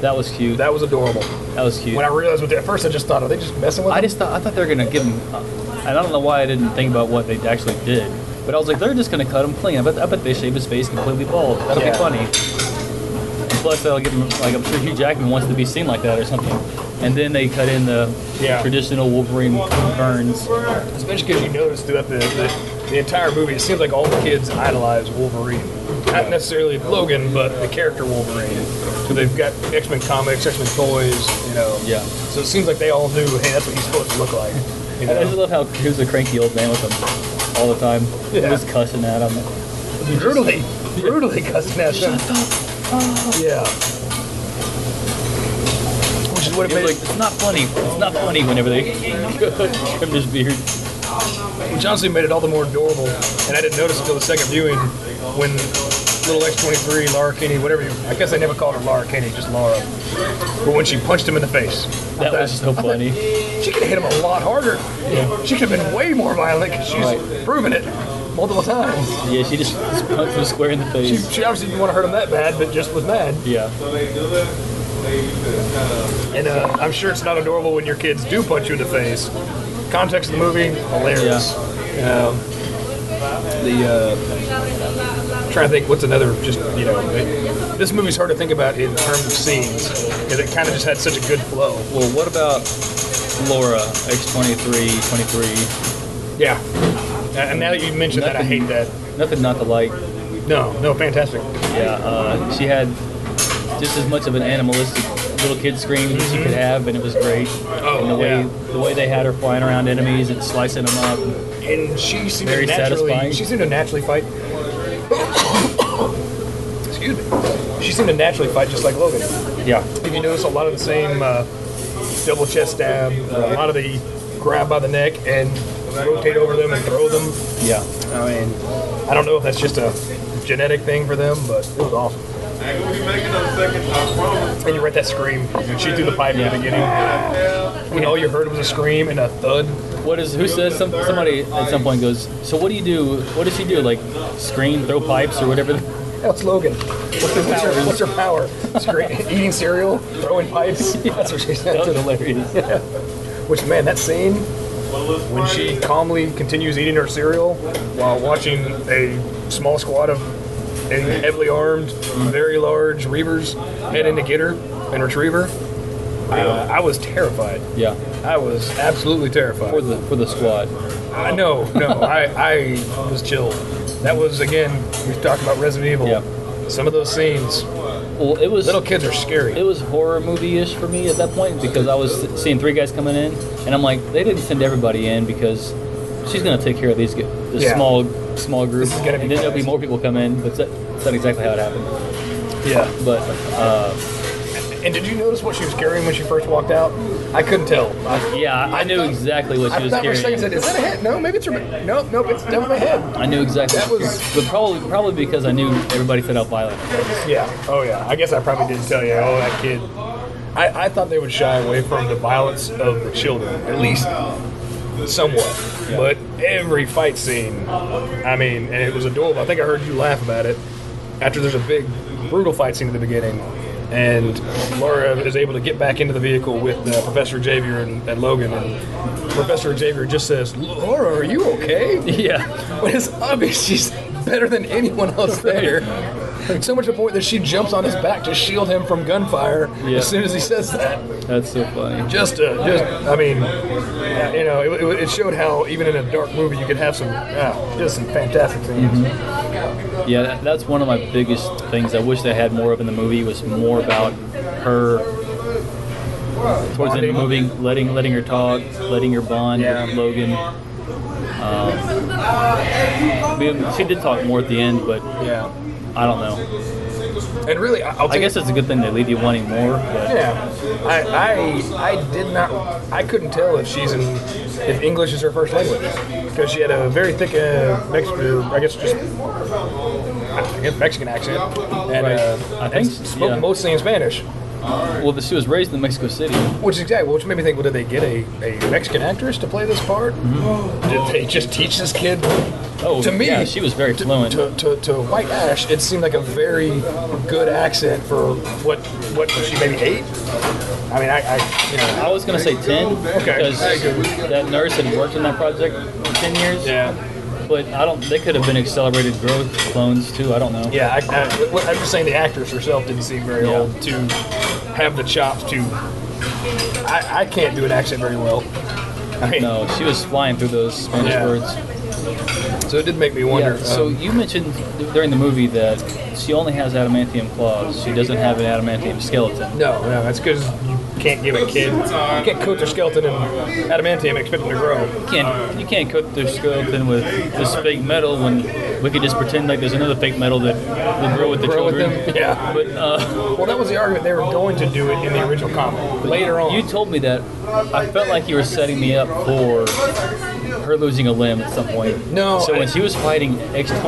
That was cute. That,
That was adorable.
was cute.
When I realized what they, at first I just thought, are they just messing with
I
him?
just thought I thought they were gonna give him, uh, and I don't know why I didn't think about what they actually did. But I was like, they're just gonna cut him clean. I bet, I bet they shave his face completely bald. That'll
Yeah.
be funny. And plus, they'll give him like I'm sure Hugh Jackman wants to be seen like that or something. and then they cut in the
Yeah.
traditional Wolverine burns.
Especially because you notice throughout the, the, the entire movie, it seems like all the kids idolize Wolverine. Not necessarily Logan, but the character Wolverine. So they've got X Men comics, X Men toys, you know.
Yeah.
So it seems like they all knew, hey, that's what he's supposed to look like. You
I just
know?
love how he was a cranky old man with him all the time. He
Yeah.
was cussing at him.
brutally, brutally cussing at them. Yeah. Which is what
He
it made,
was like, it's not funny. It's not funny whenever they trimmed his beard.
which honestly made it all the more adorable. And I didn't notice until the second viewing when little X23, Laura Kinney, whatever you, I guess I never called her Laura Kinney, just Laura. But when she punched him in the face, I
That
thought,
was so funny.
she could have hit him a lot harder. She could have been way more violent because she's
Right.
proven it multiple times.
Yeah, she just just punched him square in the
She,
face.
she obviously didn't want to hurt him that bad, but just was mad.
Yeah.
And uh, I'm sure it's not adorable when your kids do punch you in the face. Context of the movie, hilarious. Um, the uh, trying to think what's another just you know it- this movie's hard to think about in terms of scenes because it kind of just had such a good flow.
Well, what about Laura, X23, 23?
Yeah. And now that you mentioned that, I hate that.
Nothing not to like.
No, no, fantastic.
Yeah, uh, she had just as much of an animalistic little kid scream as she could have, and it was great.
Oh,
and the way
yeah.
the way they had her flying around enemies and slicing them up.
And she seemed
Very
to naturally.
satisfying.
She seemed to naturally fight. Excuse me. She seemed to naturally fight just like Logan.
Yeah,
If you notice, a lot of the same uh, double chest stab, a lot of the grab by the neck and rotate over them and throw them.
yeah.
I mean, I don't know if that's just a genetic thing for them, but it was awesome.
I ain't gonna be making no seconds, I promise.
And you read that scream when she threw the pipe in
Yeah.
the beginning. When all you heard was a scream and a thud.
What is who says some, somebody at some point goes? So what do you do? What does she do? Like scream, throw pipes, or whatever?
That's Logan. What's her power? What's her power? Scream, eating cereal, throwing pipes. That's what she said.
That was hilarious.
Which man, that scene when she calmly continues eating her cereal while watching a small squad of heavily armed, very large reavers head in to get her and retrieve her. Uh, I was terrified.
Yeah,
I was absolutely terrified.
for the for the squad.
I no, no, I, I was chilled. That was again. We talked about Resident Evil.
Yeah.
Some of those scenes,
Well, it was
little kids are scary.
it was horror movie-ish for me at that point because I was seeing three guys coming in, and I'm like, they didn't send everybody in because she's gonna take care of these g- this
Yeah.
small small group,
This is
and
gonna
then
be
there'll be
fast.
more people come in. But that's not exactly how it happened.
Yeah.
But uh,
And did you notice what she was carrying when she first walked out? I couldn't tell. I,
yeah, I, I knew exactly what she
I
was
thought for a second, I
carrying.
said, "Is that a head? No, maybe it's her. Nope, nope, it's down my head."
I knew exactly.
That
what she
was-
was- but probably probably because I knew everybody set out violent.
Yeah. Oh yeah. I guess I probably didn't tell you. Oh, that kid. I, I thought they would shy away from the violence of the children, at least somewhat. But every fight scene, I mean, and it was adorable. I think I heard you laugh about it after there's a big brutal fight scene at the beginning, and Laura is able to get back into the vehicle with uh, Professor Xavier and, and Logan, and Professor Xavier just says, "Laura, are you okay?"
Yeah,
But it's obvious she's better than anyone else there. So much to the point that she jumps on his back to shield him from gunfire
Yeah.
as soon as he says that.
that's so funny.
Just, uh, just, I mean, uh, you know, it, it showed how even in a dark movie you could have some, uh, just some fantastic scenes.
Mm-hmm. Yeah, that, that's one of my biggest things. I wish they had more of in the movie was more about her towards the end of the movie, letting letting her talk, letting her bond
Yeah.
with Logan. Um, we- she did talk more at the end, but
Yeah,
I don't know.
and really, I- I'll
I
take
guess it's a good thing they leave you wanting more. But
Yeah, I, I I did not. I couldn't tell if she's in if English is her first language because she had a very thick uh, Mexican, I guess just I guess Mexican accent, and
Right.
uh,
I
and
think
s- spoke
yeah.
mostly in Spanish,
well, she was raised in Mexico City.
which is exactly which made me think, well, did they get a, a Mexican actress to play this part?
Mm-hmm.
Did they just teach this kid?
Oh,
to me,
yeah, she was very
to-
fluent.
To, to, to White Ash, it seemed like a very good accent for what what was she maybe eight. I mean, I, I you know.
I was gonna say ten
Okay.
because that nurse had worked on that project for ten years.
Yeah.
But I don't. They could have been accelerated growth clones too. I don't know.
Yeah, I, I, I'm just saying the actress herself didn't seem very
Yeah.
old to have the chops to. I I, I can't do an accent very well. I mean,
No, she was flying through those Spanish
Yeah.
words.
So it did make me wonder.
Yeah, so
um,
you mentioned during the movie that she only has adamantium claws. She doesn't have an adamantium skeleton.
no, no, that's because you can't give a kid, you can't coat their skeleton in adamantium and expect them to grow.
You can't you can't coat their skeleton with this fake metal when we could just pretend like there's another fake metal that will grow with the
Grow with
children.
them? Yeah.
But uh,
Well, that was the argument they were going to do it in the original comic. Later on,
you told me that I felt like you were setting me up for her losing a limb at some point.
No,
So
I-
when she was fighting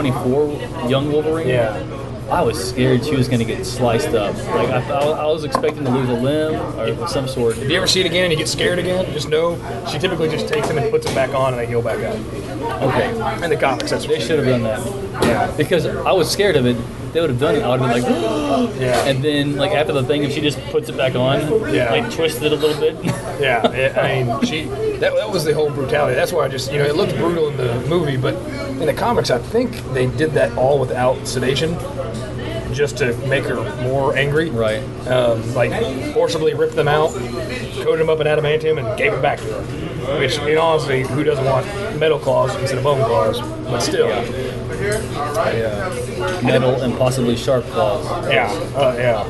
X24 young Wolverine,
yeah.
I was scared she was going to get sliced up. Like I, I, I was expecting to lose a limb or of some sort.
If you ever see it again and you get scared again, just know she typically just takes them and puts them back on and they heal back up.
Okay,
In the comics, that's
they
what
should have done that
Yeah.
because I was scared of it. They would have done it. I would have been like,
Yeah.
and then like after the thing, if she just puts it back on,
Yeah.
like twists it a little bit.
Yeah, it, I mean, she that, that was the whole brutality. That's why I just you know it looked brutal in the movie, but in the comics, I think they did that all without sedation, just to make her more angry.
Right.
Um, like forcibly ripped them out, coated them up in adamantium, and gave them back to her. Which, in honesty, who doesn't want metal claws instead of bone claws? But still,
metal and possibly sharp claws.
yeah, uh, yeah.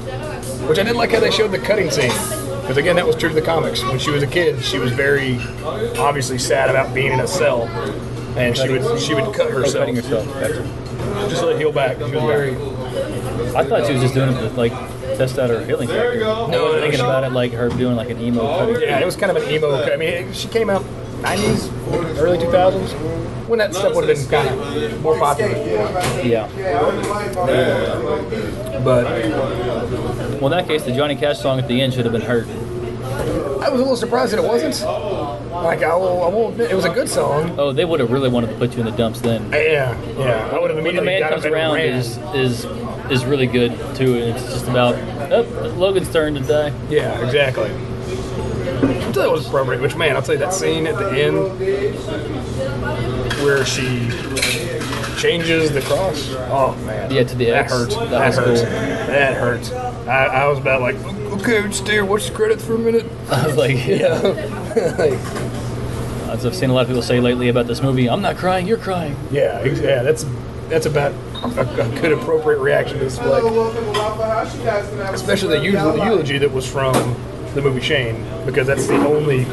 Which I didn't like how they showed the cutting scene. Because again, that was true to the comics. When she was a kid, she was very obviously sad about being in a cell, and she would she would cut
Oh,
herself
cutting yourself. Gotcha.
just to heal back. She was very
I thought she was just doing it to like test out her healing factor. I
no,
wasn't thinking
she-
about it like her doing like an emo cutting.
yeah. It was kind of an emo. I mean, it- she came out '90s, early 2000s, when that stuff would have been kind of more popular.
Yeah.
But
Well, in that case, the Johnny Cash song at the end should have been heard.
I was a little surprised that it wasn't. Like I will, I will admit, it was a good song.
Oh, they would have really wanted to put you in the dumps then.
Yeah, yeah. I would
When
have
the
immediately
man
got
comes
up and
around
ran.
is is is really good too, and it's just about oh, Logan's turn to die.
Yeah, exactly. I thought it was appropriate, which man, I'll tell you that scene at the end where she changes the cross. Oh man.
Yeah, to the
that
X.
hurts.
That
That,
was
hurts.
cool.
That hurts. I, I was about like, okay, just dear, watch the credits for a minute.
I was like,
Yeah. like,
as I've seen a lot of people say lately about this movie, I'm not crying, you're crying.
yeah, ex- yeah. That's that's about a, a good appropriate reaction to this like, especially the eulogy, eulogy that was from the movie Shane, because that's the only.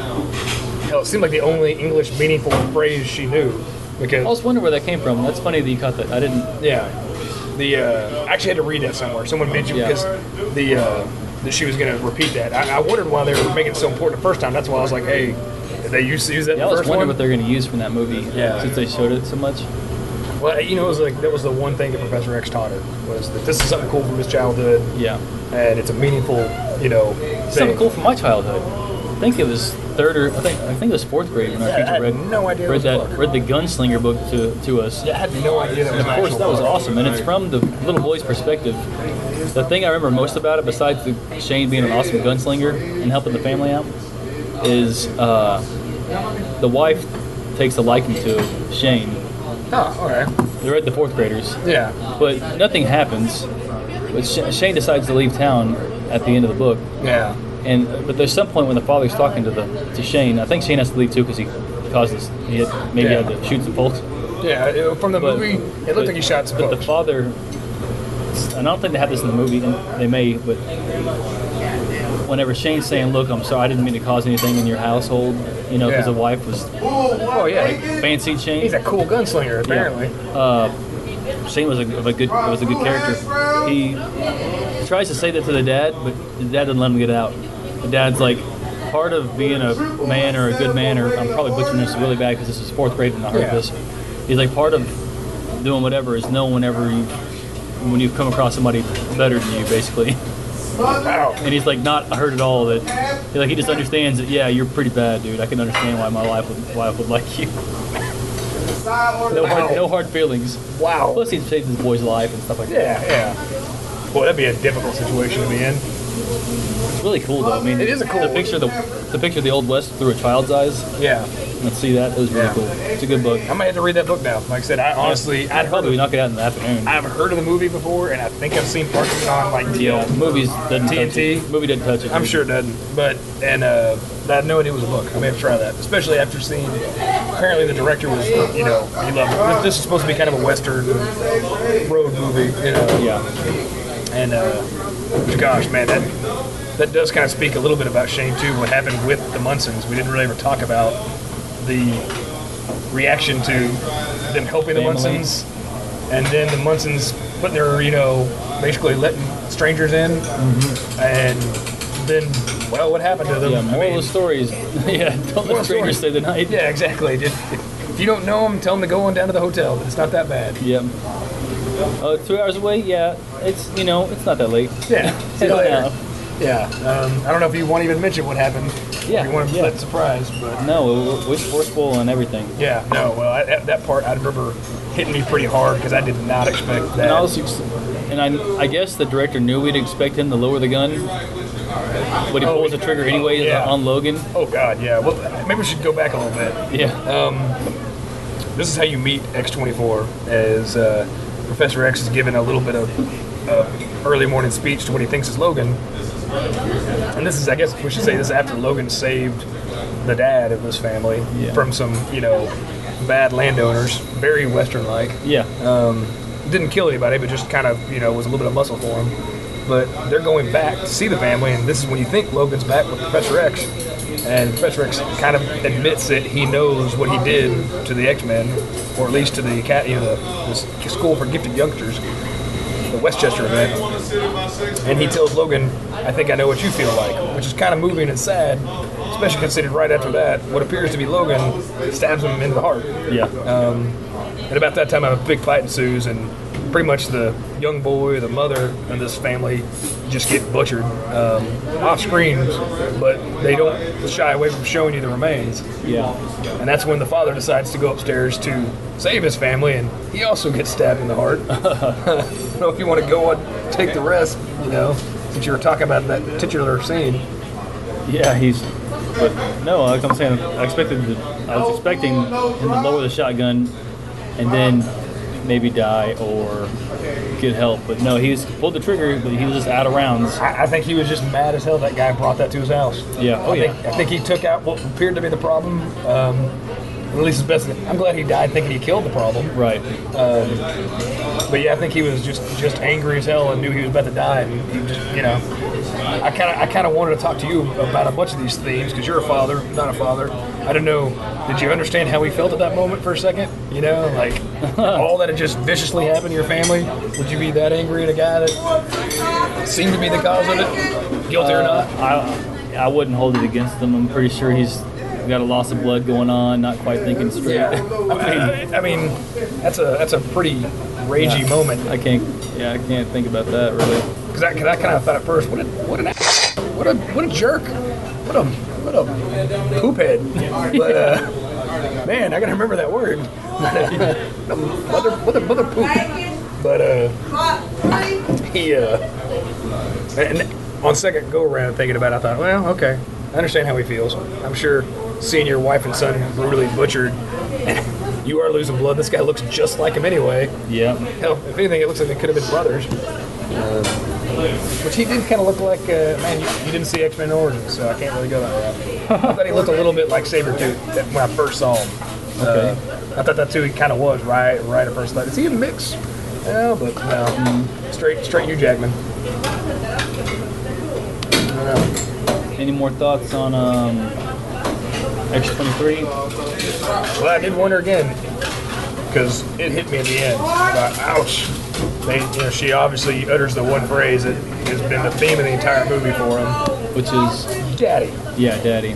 Hell, it seemed like the only English meaningful phrase she knew. Because
I was wondering where that came from. That's funny that you caught that. I didn't.
Yeah. The uh, I actually had to read that somewhere. Someone mentioned
Yeah.
because the uh, that she was going to repeat that. I, I wondered why they were making it so important the first time. That's why I was like, hey, did they used to use that
Yeah, I
in the
was
first
wondering
one.
what they're going to use from that movie
Yeah.
since they showed it so much.
well, you know, it was like that was the one thing that Professor X taught her was that this is something cool from his childhood,
Yeah.
and it's a meaningful, you know, thing.
Something cool from my childhood. I think it was third or I think I think it was fourth grade when our
Yeah, I
teacher
had
read
no idea it
read
was
that
a book.
read the Gunslinger book to to us.
I had no idea that
And
was
of course,
actual
that was
book.
awesome, and it's from the little boy's perspective. The thing I remember most about it, besides the Shane being an awesome gunslinger and helping the family out, is uh, the wife takes a liking to Shane.
Oh, all right.
They're at the fourth graders,
Yeah,
but nothing happens. But Sh- Shane decides to leave town at the end of the book,
yeah,
and uh, but there's some point when the father's talking to the to Shane. I think Shane has to leave too because he causes he had, maybe
Yeah.
had to shoot some folks.
yeah. it- from the movie, it looked
but-
like he shot some
But the
folks.
father, and I don't think they have this in the movie. and They may, but whenever Shane's saying, "Look, I'm sorry, I didn't mean to cause anything in your household," you know, because the
Yeah.
wife was
Oh yeah,
fancied Shane.
he's a cool gunslinger
Yeah.
apparently.
Uh, Shane was a, of a good was a good character. He tries to say that to the dad, but the dad doesn't let him get it out. The dad's like, part of being a man or a good man, or I'm probably butchering this really bad because this is fourth grade and I heard
Yeah.
this. He's like, part of doing whatever is knowing whenever you when you've come across somebody better than you, basically.
Wow.
And he's like, not hurt at all. That he, like he just understands that. Yeah, you're pretty bad, dude. I can understand why my wife would, wife would like you. No hard, no hard feelings.
Wow.
Plus, he saved his boy's life and stuff like that.
Yeah, yeah. Boy, that'd be a difficult situation to be in.
It's really cool, though. I mean,
It is a cool
The
one.
picture of the the picture of the Old West through a child's eyes.
Yeah,
Let's see that. That was really
Yeah.
cool. It's a good book.
I might have to read that book now. Like I said, I honestly, I'd heard
Probably
of,
knock it out in the afternoon.
I've heard of the movie before, and I think I've seen parts of it on like
Yeah,
DL.
movies doesn't touch
TNT?
it. Movie doesn't touch it.
I'm sure it doesn't, but and uh, I had no idea it was a book. I may have to try that, especially after seeing. Apparently, the director was, you know, he loved it. This is supposed to be kind of a western road movie, you know.
Yeah,
And uh, gosh, man, that that does kind of speak a little bit about Shane too. What happened with the Munsons? We didn't really ever talk about the reaction to them helping the
Family.
Munsons, and then the Munsons putting their, you know, basically letting strangers in, and then well, what happened to them?
Mm-hmm. yeah.
I
Moral
mean,
of the story is, yeah, don't let
Moral of the story.
strangers stay the night.
yeah, exactly. Just, if you don't know them, tell them to go on down to the hotel. It's not that bad.
Yeah. Uh, two hours away. Yeah, it's you know, it's not that late.
Yeah. See you
Hell
later. Yeah. Um, I don't know if you want to even mention what happened.
Yeah,
If you want to
yeah.
let surprise, but.
No, it was forceful and everything.
Yeah, no. Well, I, that- that part I remember hitting me pretty hard because I did not expect that.
And I was, ex- and I, I guess the director knew we'd expect him to lower the gun, but he
Oh,
pulls the trigger anyway
yeah.
on Logan.
oh God, yeah. Well, maybe we should go back a little bit. Um,
Yeah,
This is how you meet X24. As uh, Professor X is giving a little bit of uh, early morning speech to what he thinks is Logan, and this is, I guess, we should say this is after Logan saved the dad of this family
Yeah.
from some, you know, bad landowners, very Western-like.
yeah.
didn't kill anybody, but just kind of, you know, was a little bit of muscle for him. But they're going back to see the family, and this is when you think Logan's back with Professor X. And Professor X kind of admits that he knows what he did to the X Men, or at least to the cat, you know, the, the school for gifted youngsters, the Westchester event. And he tells Logan, I think I know what you feel like, which is kind of moving and sad, especially considering right after that, what appears to be Logan stabs him in the heart. Um,
Yeah.
And about that time, a big fight ensues, and pretty much the young boy, the mother, and this family just get butchered um, off screen, but they don't shy away from showing you the remains.
yeah.
And that's when the father decides to go upstairs to save his family, and he also gets stabbed in the heart. I don't know if you want to go on, take the rest, you know, since you were talking about that particular scene.
Yeah, he's. But no, like I'm saying, I expected. To, I was expecting him to lower the shotgun, and then maybe die or get help. But no, he's pulled the trigger, but he was just out of rounds.
I, I think he was just mad as hell that guy brought that to his house.
Yeah. Oh
I
yeah.
think, I think he took out what appeared to be the problem. Um, or at least his best. I'm glad he died thinking he killed the problem.
Right.
But yeah, I think he was just just angry as hell and knew he was about to die. And he just, you know, I kind of I kind of wanted to talk to you about a bunch of these themes because you're a father, not a father. I don't know. Did you understand how we felt at that moment for a second? You know, like all that had just viciously happened to your family. Would you be that angry at a guy that seemed to be the cause of it, guilty
Uh,
or not?
I I wouldn't hold it against him. I'm pretty sure he's got a loss of blood going on, not quite thinking straight.
Yeah, I mean, I mean, that's a that's a pretty ragey
Yeah.
moment.
I can't. Yeah, I can't think about that really.
Because I, 'cause I kind of thought at first, what a, what an a- what a what a jerk, what a what a poophead. But uh, man, I gotta remember that word. mother mother mother poop. But uh, he uh, and on second go around thinking about, it, I thought, well, okay, I understand how he feels. I'm sure seeing your wife and son brutally butchered. You are losing blood. This guy looks just like him anyway.
Yeah.
Hell, if anything, it looks like they could have been brothers. Uh, Which he did kind of look like, uh, man, you, you didn't see X Men Origins, so I can't really go that route. I thought he looked a little bit like Sabretooth that- when I first saw him.
Okay.
Uh, I thought that too, he kind of was, right? Right at first. Thought, is he a mix? No, but no. Straight, straight Hugh Jackman.
Any more thoughts on um, X23?
Well, I did wonder again because it hit me in the end. Like, ouch. They, you know, she obviously utters the one phrase that has been the theme of the entire movie for him
Which is
Daddy.
yeah, Daddy.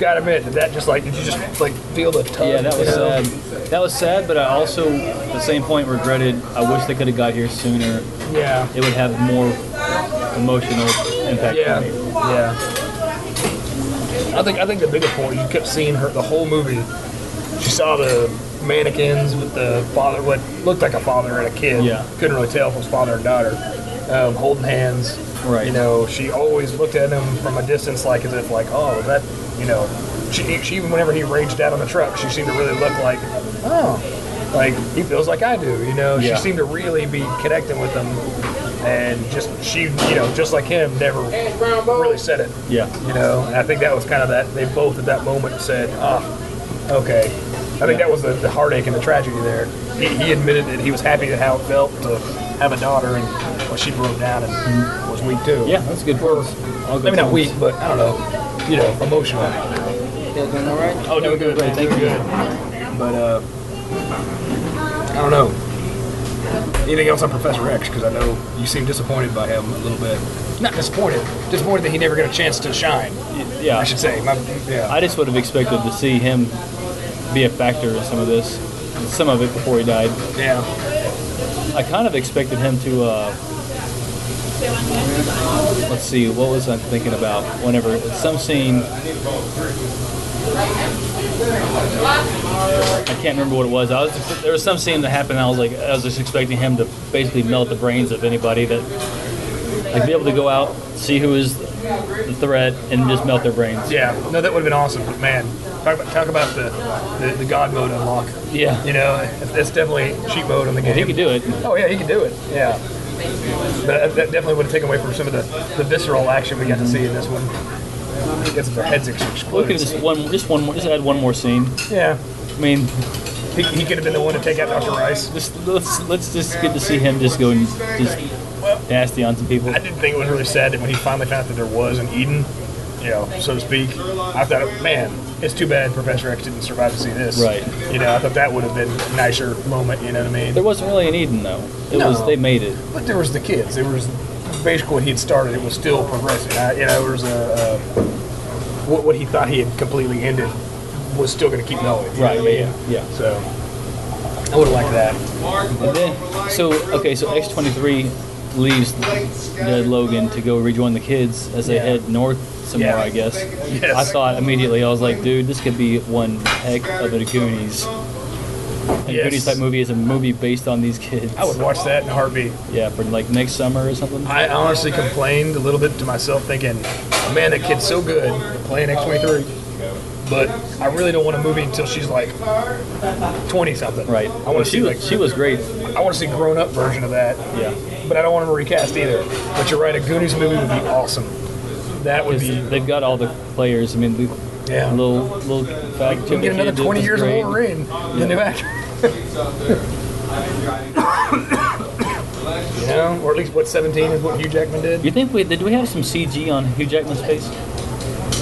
Gotta admit, did that just like did you just like feel the tug?
Yeah, that was
you know?
sad. That was sad, but I also at the same point regretted. I wish they could have got here sooner.
Yeah,
It would have more emotional impact
yeah,
on me.
yeah. I think I think the bigger point you kept seeing her the whole movie. She saw the mannequins with the father, what looked like a father and a kid.
Yeah.
couldn't really tell if it was father or daughter, um, holding hands,
Right.
You know, she always looked at him from a distance, like as if like, oh, that, you know, she, she even whenever he raged out on the truck, she seemed to really look like, oh, like he feels like I do. You know,
Yeah.
she seemed to really be connecting with him, and just she, you know, just like him, never really said it.
yeah.
You know, and I think that was kind of that they both at that moment said, ah, okay. I think that was the, the heartache and the tragedy there. He, he admitted that he was happy at how it felt to have a daughter, and well, she broke down and was weak too.
Yeah, that's good
Or,
points. All good
maybe not
points.
weak, but I don't know, you know, emotional.
Y'all doing all right?
Oh, doing good, man. Thank you. Good. But uh, I don't know. Anything else on Professor X? Because I know you seem disappointed by him a little bit. Not disappointed, disappointed that he never got a chance to shine.
Yeah.
I should say. My, yeah.
I just would have expected to see him be a factor in some of this, some of it before he died.
Yeah.
I kind of expected him to. Uh, let's see, what was I thinking about? Whenever some scene, I can't remember what it was. I was there was some scene that happened. And I was like, I was just expecting him to basically melt the brains of anybody that, like, be able to go out, see who is the threat, and just melt their brains.
Yeah. No, that would have been awesome. But man, talk about, talk about the, the, the God mode unlock.
Yeah.
You know, that's definitely cheat mode on the game.
He could do it.
Oh, yeah, he could do it. Yeah. But that that definitely would have taken away from some of the, the visceral action we got to see in this one. Because their heads ex-
We could have just one,
exploded.
just one more, just add one more scene.
Yeah.
I mean,
He, he could have been the one to take out Dr. Rice.
just let's let's just get to see him just going just nasty on some people.
I didn't think it was really sad that when he finally found out that there was an Eden, you know, so to speak, I thought, man, it's too bad Professor X didn't survive to see this.
Right.
You know, I thought that would have been a nicer moment, you know what I mean?
There wasn't really an Eden though. It was
No.
they made it.
But there was the kids. There was basically what he had started. It was still progressing. I, you know, there was a, a what, what he thought he had completely ended was still going to keep going. you know what I mean?
Yeah.
So I would have liked that.
And then so okay, so X twenty three leaves dead Logan to go rejoin the kids as they
Yeah.
head north somewhere,
Yeah.
I guess.
Yes.
I thought immediately I was like, dude, this could be one heck of a Goonies. A
Yes.
Goonies type movie is a movie based on these kids.
I would watch that in a heartbeat.
Yeah, for like next summer or something.
I honestly complained a little bit to myself, thinking, man, that kid's so good playing X23. But I really don't want a movie until she's like 20 something.
Right.
I
Well,
want to
she
see
was
like
she was great.
I want to see grown up version of that.
Yeah.
But I don't want to recast either. But you're right, a Goonies movie would be awesome. That would
Because
be
they've got all the players. I mean, the
Yeah.
little little fact.
We'll get another 20 years of Wolverine. The new actor. you know, or at least what 17 is what Hugh Jackman did.
You think we did? We have some CG on Hugh Jackman's face,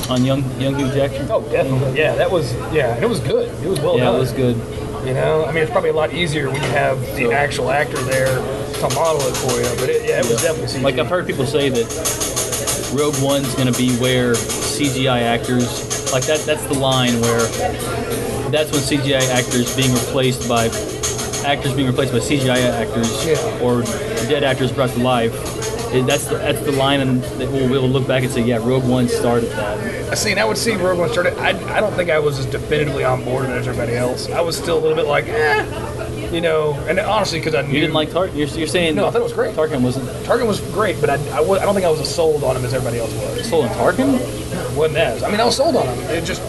on young young Hugh Jackman.
Oh, definitely. Yeah, that was yeah, and it was good. It Oh, was well
yeah,
done.
it was good.
You know, I mean, it's probably a lot easier when you have the actual actor there to model it for you. But it, yeah, it was
Yeah.
definitely CG.
Like I've heard people say that Rogue One's going to be where CGI actors like that. That's the line where that's when CGI actors being replaced by actors being replaced by CGI actors
Yeah.
or dead actors brought to life. And That's the, that's the line and that we'll, we'll look back and say, yeah, Rogue One started that.
I seen. I would see Rogue One started. I, I don't think I was as definitively on board as everybody else. I was still a little bit like, eh, you know. And honestly, because I knew
You didn't like Tarkin? You're, you're saying
No, I thought it was great.
Tarkin wasn't
Tarkin was great, but I, I, wa- I don't think I was as sold on him as everybody else was.
sold on Tarkin?
Wasn't as. I mean, I was sold on him. It just,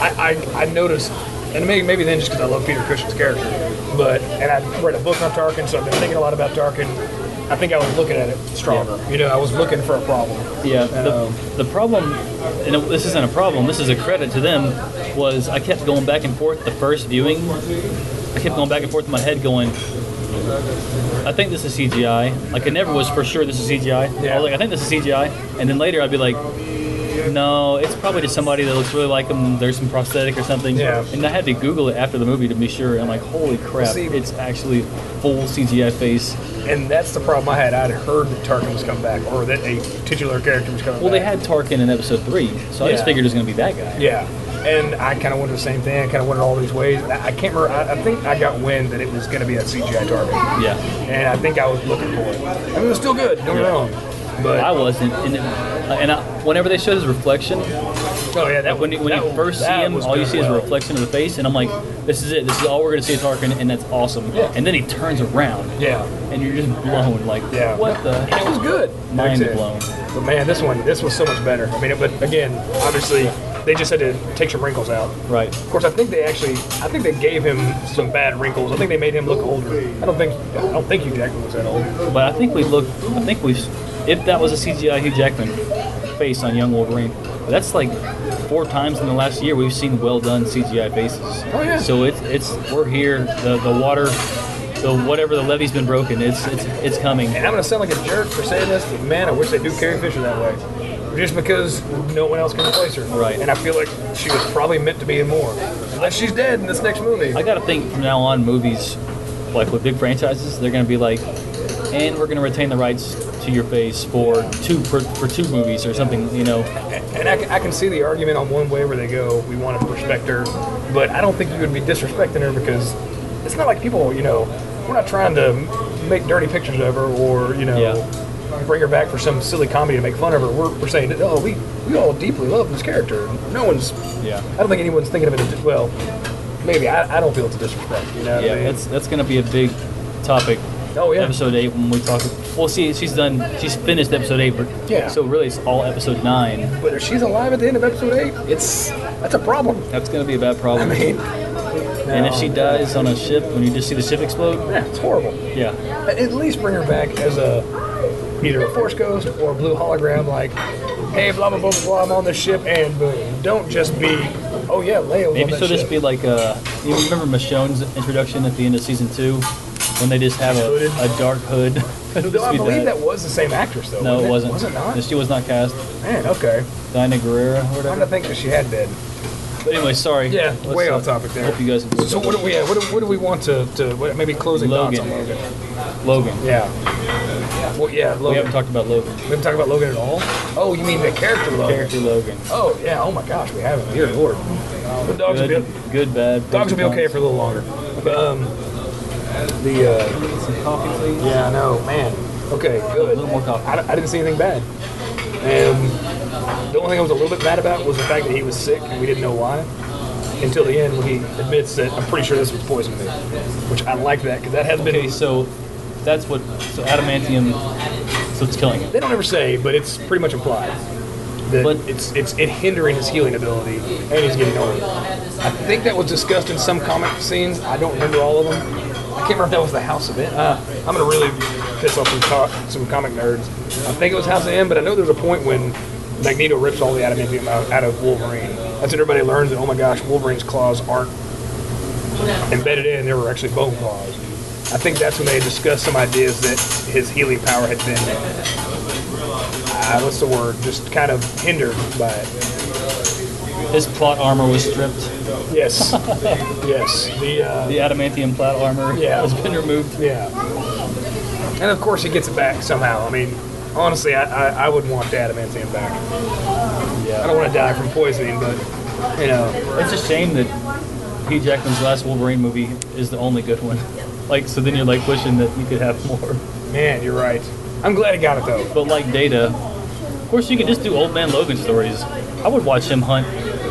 I, I, I noticed, and maybe maybe then just because I love Peter Cushing's character, but and I read a book on Tarkin, so I've been thinking a lot about Tarkin. I think I was looking at it stronger. You know, I was looking for a problem.
Yeah. The,
Um,
the problem, and it- this isn't a problem. This is a credit to them. Was I kept going back and forth the first viewing. I kept going back and forth in my head, going, I think this is CGI. Like I never was for sure this is CGI. I
Yeah.
was like, I think this is CGI, and then later I'd be like. No, it's probably just somebody that looks really like them. There's some prosthetic or something.
Yeah.
And I had to Google it after the movie to be sure. I'm like, holy crap,
See-
it's actually full CGI face.
and that's the problem I had. I'd heard that Tarkin was coming back, or that a titular character was coming
Well,
back.
they had Tarkin in episode three, so I just
Yeah.
figured it was going to be that guy.
Yeah, and I kind of went the same thing. I kind of went all these ways. And I, I can't remember. I, I think I got wind that it was going to be a CGI target,
Yeah.
and I think I was looking for it. I mean, it was still good. Don't get me wrong,
I
but
wasn't, and, it, and I, whenever they showed his reflection,
Oh yeah, that
Like when you, when
that
you
one-
first see
that
him,
was
all you
done
see is a
well.
reflection of the face, and I'm like, this is it. This is all we're gonna see is Tarkin, and that's awesome.
Yeah.
And then he turns around,
Yeah,
and you're just blown. Like,
Yeah.
what the?
and it was good.
Mind
Like I said.
blown.
But man, this one, this was so much better. I mean, it- but again, obviously, they just had to take some wrinkles out.
Right.
Of course, I think they actually, I think they gave him some bad wrinkles. I think they made him look older. I don't think, I don't think Hugh Jackman was that old.
But I think we looked. I think we, if that was a CGI Hugh Jackman face on Young Wolverine, that's like four times in the last year we've seen well done CGI faces.
Oh, yeah.
So it's it's we're here. The the water, the whatever the levee's been broken. It's it's it's coming.
And I'm gonna sound like a jerk for saying this, but man, I wish they do Carrie Fisher that way. Just because no one else can replace her.
Right.
And I feel like she was probably meant to be in more. Unless she's dead in this next movie.
I gotta think from now on, movies like with big franchises, they're gonna be like, and we're gonna retain the rights to your face for two for, for two movies or something. You know,
And I, can- I can see the argument on one way where they go, we want to respect her, but I don't think you would be disrespecting her because it's not like people, you know, we're not trying to m- make dirty pictures of her or, you know, bring her back for some silly comedy to make fun of her. We're, we're saying, oh, we, we all deeply love this character. No one's,
yeah.
I don't think anyone's thinking of it as, well, maybe, I, I don't feel it's a disrespect, you know? what I
Yeah,
mean?
that's that's gonna be a big topic.
Oh, yeah.
Episode eight when we talk. Well, see, she's done. She's finished episode eight, but
Yeah.
So really, it's all episode nine.
But if she's alive at the end of episode eight, it's, that's a problem.
That's gonna be a bad problem.
I mean,
and if
no.
she dies on a ship, when you just see the ship explode,
yeah, it's horrible.
yeah,
at least bring her back as a either a force ghost or a blue hologram like hey blah blah blah blah, blah I'm on the ship and boom don't just be oh yeah Leia was
maybe
on
she'll
that
just be
ship.
like uh, you remember Michonne's introduction at the end of season two, when they just have a,
Hooded.
a dark hood. It'll
Though
just
I
be
believe that was the same actress though
No, it wasn't.
was it not
She was not cast.
man okay
Dinah Guerrero, or
I'm gonna
whatever.
think that she had been
But anyway, sorry.
Yeah,
Let's,
way
uh,
off topic there.
Hope you guys enjoyed
so what do we yeah, what do, what do we want to, to what, maybe closing thoughts on
Logan.
Logan
Logan.
yeah well yeah
We
Logan
haven't talked about Logan.
we haven't talked about Logan at all oh you mean the character Logan
Character Logan.
oh yeah oh my gosh we haven't dear lord the dogs will be
Good, good, bad.
Dogs will be okay for a little longer. But, um, the uh,
some coffee, please.
yeah, I know, man. Okay,
A
good.
little more coffee.
I, I didn't see anything bad. And the only thing I was a little bit mad about was the fact that he was sick and we didn't know why until the end when he admits that I'm pretty sure this was poison me, which I like that because that has
Okay,
been.
so that's what. So adamantium. So it's killing him.
They don't ever say, but it's pretty much implied that
But-
it's it's it hindering his healing ability and he's getting older. I think that was discussed in some comic scenes. I don't remember all of them. I can't remember if that was the House of M. Uh, I'm gonna really piss off some co- some comic nerds. I think it was House of M, but I know there's a point when Magneto rips all the adamantium out, out of Wolverine. That's when everybody learns that oh my gosh, Wolverine's claws aren't embedded in; they were actually bone claws. I think that's when they discussed some ideas that his healing power had been uh, what's the word? Just kind of hindered by it.
His plot armor was stripped.
Yes. yes. The uh,
The adamantium plot armor
Yeah.
has been removed.
yeah. And of course, he gets it back somehow. I mean, honestly, I, I, I would want the adamantium back. Yeah. I don't want to die from poisoning, but you know,
It's a shame that Hugh Jackman's last Wolverine movie is the only good one. Like, so then you're like wishing that you could have more.
man, you're right. I'm glad he got it though.
But like Data, of course you could just do Old Man Logan stories. I would watch him hunt.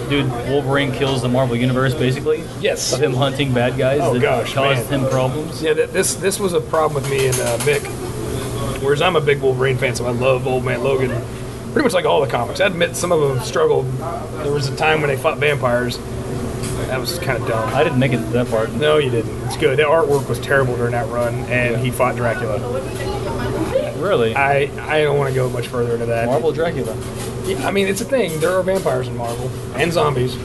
Dude, Wolverine kills the Marvel Universe basically.
Yes.
Of him hunting bad guys
Oh,
that
gosh,
caused
man.
him problems.
Yeah, th- this this was a problem with me and uh, Mick. Whereas I'm a big Wolverine fan, so I love Old Man Logan. Pretty much like all the comics. I admit some of them struggled. There was a time when they fought vampires. That was kind of dumb.
I didn't make it to that part.
No, you didn't. It's good. The artwork was terrible during that run, and he fought Dracula.
Really?
I, I don't want to go much further into that.
Marvel Dracula.
Yeah, I mean, it's a thing. There are vampires in Marvel and zombies,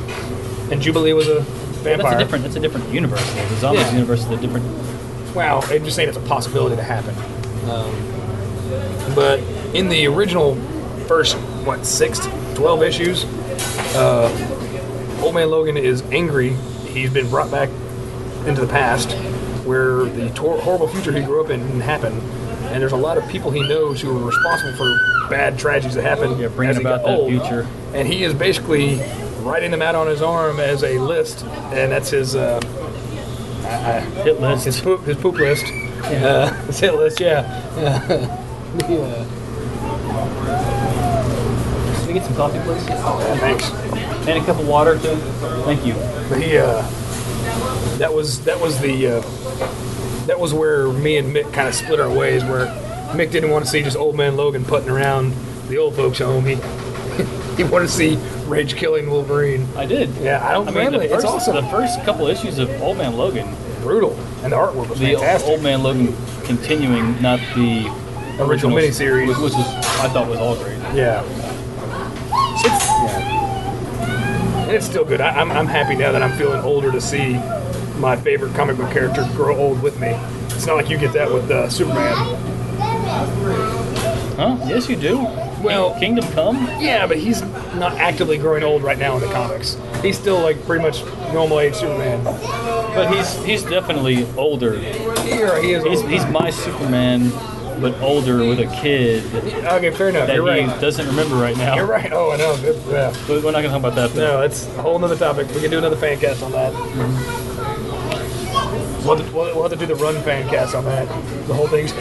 and Jubilee was a
That's a
vampire.
different. That's a different universe. though. The zombies
Yeah.
universe is a different.
Wow, I'm just saying it's a possibility to happen. Um, but in the original first, what, six, 12 issues, uh, Old Man Logan is angry. He's been brought back into the past where the tor- horrible future he grew up in didn't happen. And there's a lot of people he knows who are responsible for bad tragedies that happen.
Yeah, bringing
as he
about
got
that
old.
future.
And he is basically writing them out on his arm as a list, and that's his. Uh,
Hit list.
his poop, his poop list. Uh, his hit list, yeah.
Can we get some coffee, please?
Thanks.
And a cup of water, too. Thank you.
The uh, that was that was the uh, that was where me and Mick kind of split our ways. Where Mick didn't want to see just old man Logan putting around the old folks home. He he wanted to see rage killing Wolverine.
I did.
Yeah, I don't
I mean,
blame
the
it. It's
first,
awesome.
the first couple issues of Old Man Logan,
Brutal, and the artwork was
the
fantastic.
Old Man Logan continuing, not the
Original
original
miniseries.
which was I thought was all great.
Yeah. It's, yeah. And it's still good. I, I'm, I'm happy now that I'm feeling older to see my favorite comic book character grow old with me. It's not like you get that with uh, Superman.
Huh? Yes, you do.
Well-
King- Kingdom Come.
Yeah, but he's not actively growing old right now in the comics. He's still like pretty much normal age Superman.
But he's he's definitely older.
Here he is.
He's
old.
he's my Superman, but older with a kid
okay, fair enough.
that
You're
he
right.
doesn't remember right now.
You're right. Oh, I know. Good. Yeah.
But We're not gonna talk about that. though.
No, that's a whole nother topic. We can do another fan cast on that. We'll, have to, we'll, we'll have to do the run fan cast on that. The whole thing's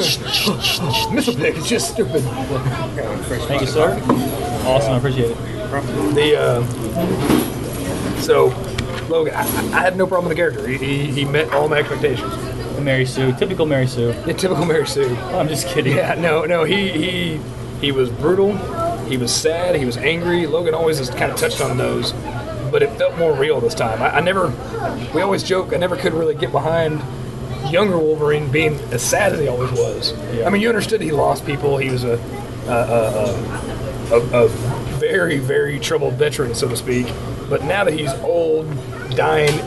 missile pick. It's just stupid.
Thank you, sir. Awesome, I appreciate it.
The uh, so Logan, I, I had no problem with the character. He, he, he met all my expectations.
Mary Sue, typical Mary Sue. Oh,
Yeah, typical Mary Sue.
I'm just kidding.
Yeah, no, no. He he he was brutal. He was sad. He was angry. Logan always has kind of touched on those, but it felt more real this time. I, I never, we always joke, I never could really get behind younger Wolverine being as sad as he always was. I mean, you understood he lost people. He was a a, a, a, a, a very very troubled veteran, so to speak. But now that he's old, dying,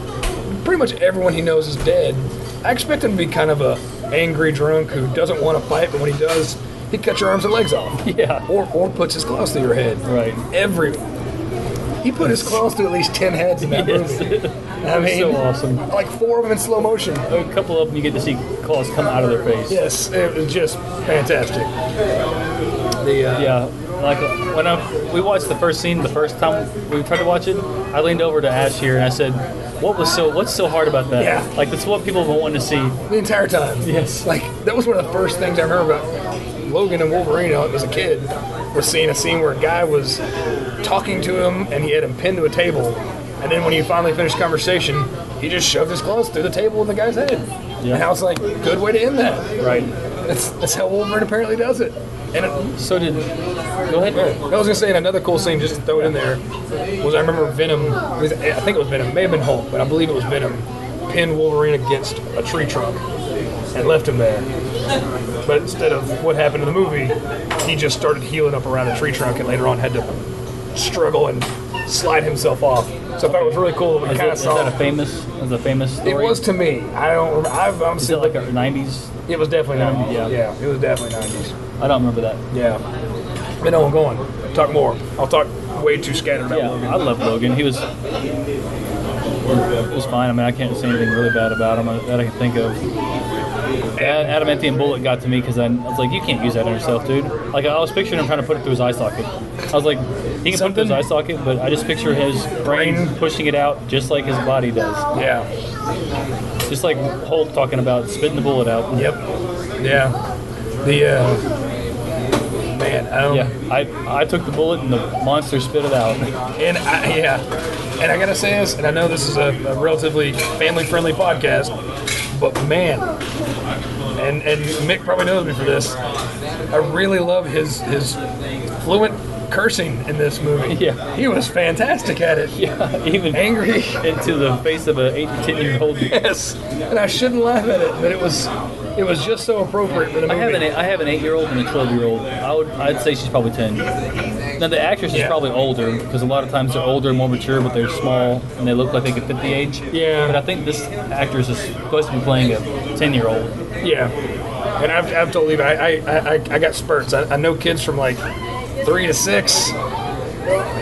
pretty much everyone he knows is dead. I expect him to be kind of a angry drunk who doesn't want to fight, but when he does, he cuts your arms and legs off.
Yeah.
Or, or puts his claws through your head.
Right.
Every. He put his claws through at least 10 heads in that
Yes.
movie. I mean,
so awesome.
like four of them in slow motion.
A couple of them, you get to see claws come out of their face.
Yes, it was just fantastic. The, uh,
Yeah, like when I, we watched the first scene the first time we tried to watch it, I leaned over to Ash here and I said, "What was so? What's so hard about that?
Yeah.
Like that's what people have been wanting to see."
the entire time.
Yes.
Like that was one of the first things I remember about Logan and Wolverine you know, as a kid was seeing a scene where a guy was talking to him and he had him pinned to a table, and then when he finally finished conversation, he just shoved his claws through the table in the guy's head.
Yeah.
And I was like, good way to end that.
Right.
That's that's how Wolverine apparently does it. And it,
So did. Go ahead.
I was gonna say and another cool scene, just to throw it in there, was I remember Venom. was- I think it was Venom, it may have been Hulk, but I believe it was Venom. Pinned Wolverine against a tree trunk and left him there. But instead of what happened in the movie, he just started healing up around a tree trunk and later on had to struggle and slide himself off. So I thought it was really cool that we
Is,
kind
that-
of
is that
saw.
a famous? Is a famous
It
story?
was to me. I don't. Remember. I've
Is
honestly.
it like a '90s?
it was definitely nineties.
Yeah.
yeah, it was definitely nineties.
I don't remember that.
Yeah. But no, I'm going. Talk more. I'll talk way too scattered about
Yeah,
Logan.
I love Logan. He was it was fine. I mean, I can't say anything really bad about him uh, that I can think of. Ad- Adamantium bullet got to me because I, I was like, you can't use that on yourself, dude. Like I was picturing him trying to put it through his eye socket. I was like, he can put it
Something-
through his eye socket, but I just picture his brain,
Brain.
pushing it out just like his body does.
Yeah.
Just like Hulk talking about spitting the bullet out.
Yep. Yeah. The uh, man, um, I don't.
Yeah, I I took the bullet and the monster spit it out.
And I, yeah, and I gotta say this, and I know this is a, a relatively family-friendly podcast, but man, and and Mick probably knows me for this. I really love his his fluent cursing in this movie.
Yeah.
He was fantastic at it.
Yeah, even
Angry.
into the face of an eight to ten year old.
Yes. And I shouldn't laugh at it, but it was it was just so appropriate for the
I
movie.
have an I have an eight year old and a twelve year old. I would I'd say she's probably ten. Now the actress is
Yeah.
probably older because a lot of times they're older and more mature, but they're small and they look like they could fit the age.
Yeah.
But I think this actress is supposed to be playing a ten year old.
Yeah, and I've, I've told you, I, I, I, I got spurts. I, I know kids from like three to six,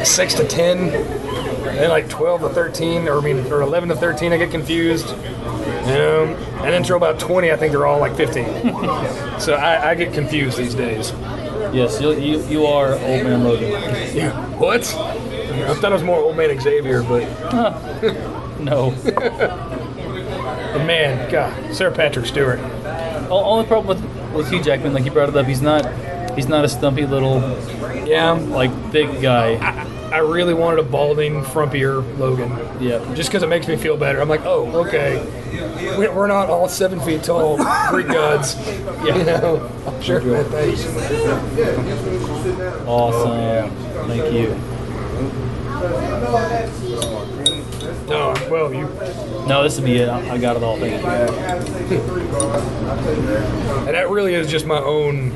six to ten, and then like twelve to thirteen, or I mean, or eleven to thirteen. I get confused, you know. And then to about twenty, I think they're all like fifteen. so I, I get confused these days.
Yes, you you, you are old man Logan.
Yeah. What? I thought it was more old man Xavier, but
No.
but man, God, Sir Patrick Stewart.
O- Only problem with with Hugh Jackman, like you brought it up, he's not he's not a stumpy little
Yeah.
like thick guy.
I really wanted a balding, frumpier Logan.
Yeah.
Just because it makes me feel better. I'm like, oh, okay. We- We're not all seven feet tall Greek gods. You know, I'm sure about that.
Awesome. Thank you.
No, well, you.
No, this will be it. I, I got it all. Thank you.
And that really is just my own.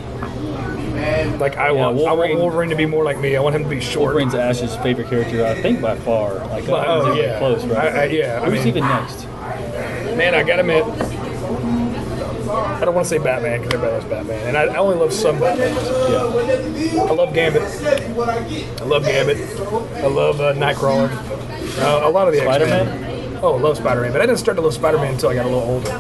Like I want, I want
Wolverine-
Wolverine to be more like me. I want him to be short.
Wolverine's Ash's favorite character, I think, by far. Like, that
Well,
one's
oh,
even
yeah.
close, right?
I- I- yeah, I
Who's
mean-
even next?
Man, I gotta admit, I don't want to say Batman because everybody loves Batman, and I, I only love some Batman.
Yeah.
I love Gambit. I love Gambit. I love uh, Nightcrawler. Uh, a lot of the X-Men.
Spider-Man?
Oh, I love Spider-Man, but I didn't start to love Spider-Man until I got a little older.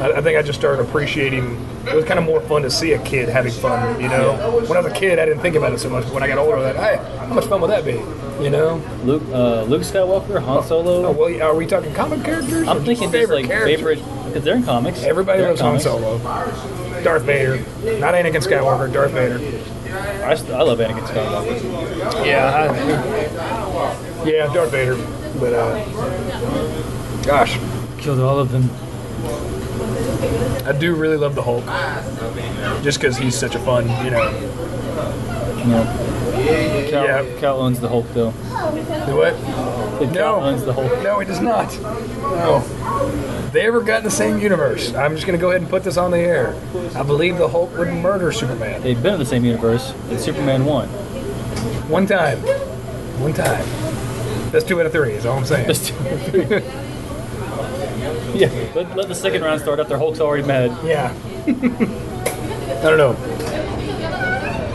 I, I think I just started appreciating. It was kind of more fun to see a kid having fun, you know. When I was a kid, I didn't think about it so much. But when I got older, I was like, hey, how much fun would that be? You know?
Luke, uh, Luke Skywalker, Han Solo.
Oh, well, are we talking comic characters? or
I'm
just
thinking just
favorite
like
characters?
favorite because they're in comics.
Everybody
They're in
loves Han
comics.
Solo. Darth Vader. Not Anakin Skywalker, Darth Vader.
I, st- I love Anakin Skywalker.
Yeah. I, yeah, Darth Vader. But, uh, gosh,
Killed all of them.
I do really love the Hulk. Just because he's such a fun, you know.
No. Cal,
Yeah.
Cal owns the Hulk though.
Do what?
Cal
No.
owns the Hulk.
No, he does not. No. They ever got in the same universe. I'm just going to go ahead and put this on the air. I believe the Hulk would murder Superman.
They've been in the same universe. It's Superman one.
One time. One time. That's two out of three, is all I'm saying.
Just two or three. yeah. Let, let the second round start after Hulk's already mad.
Yeah. I don't know.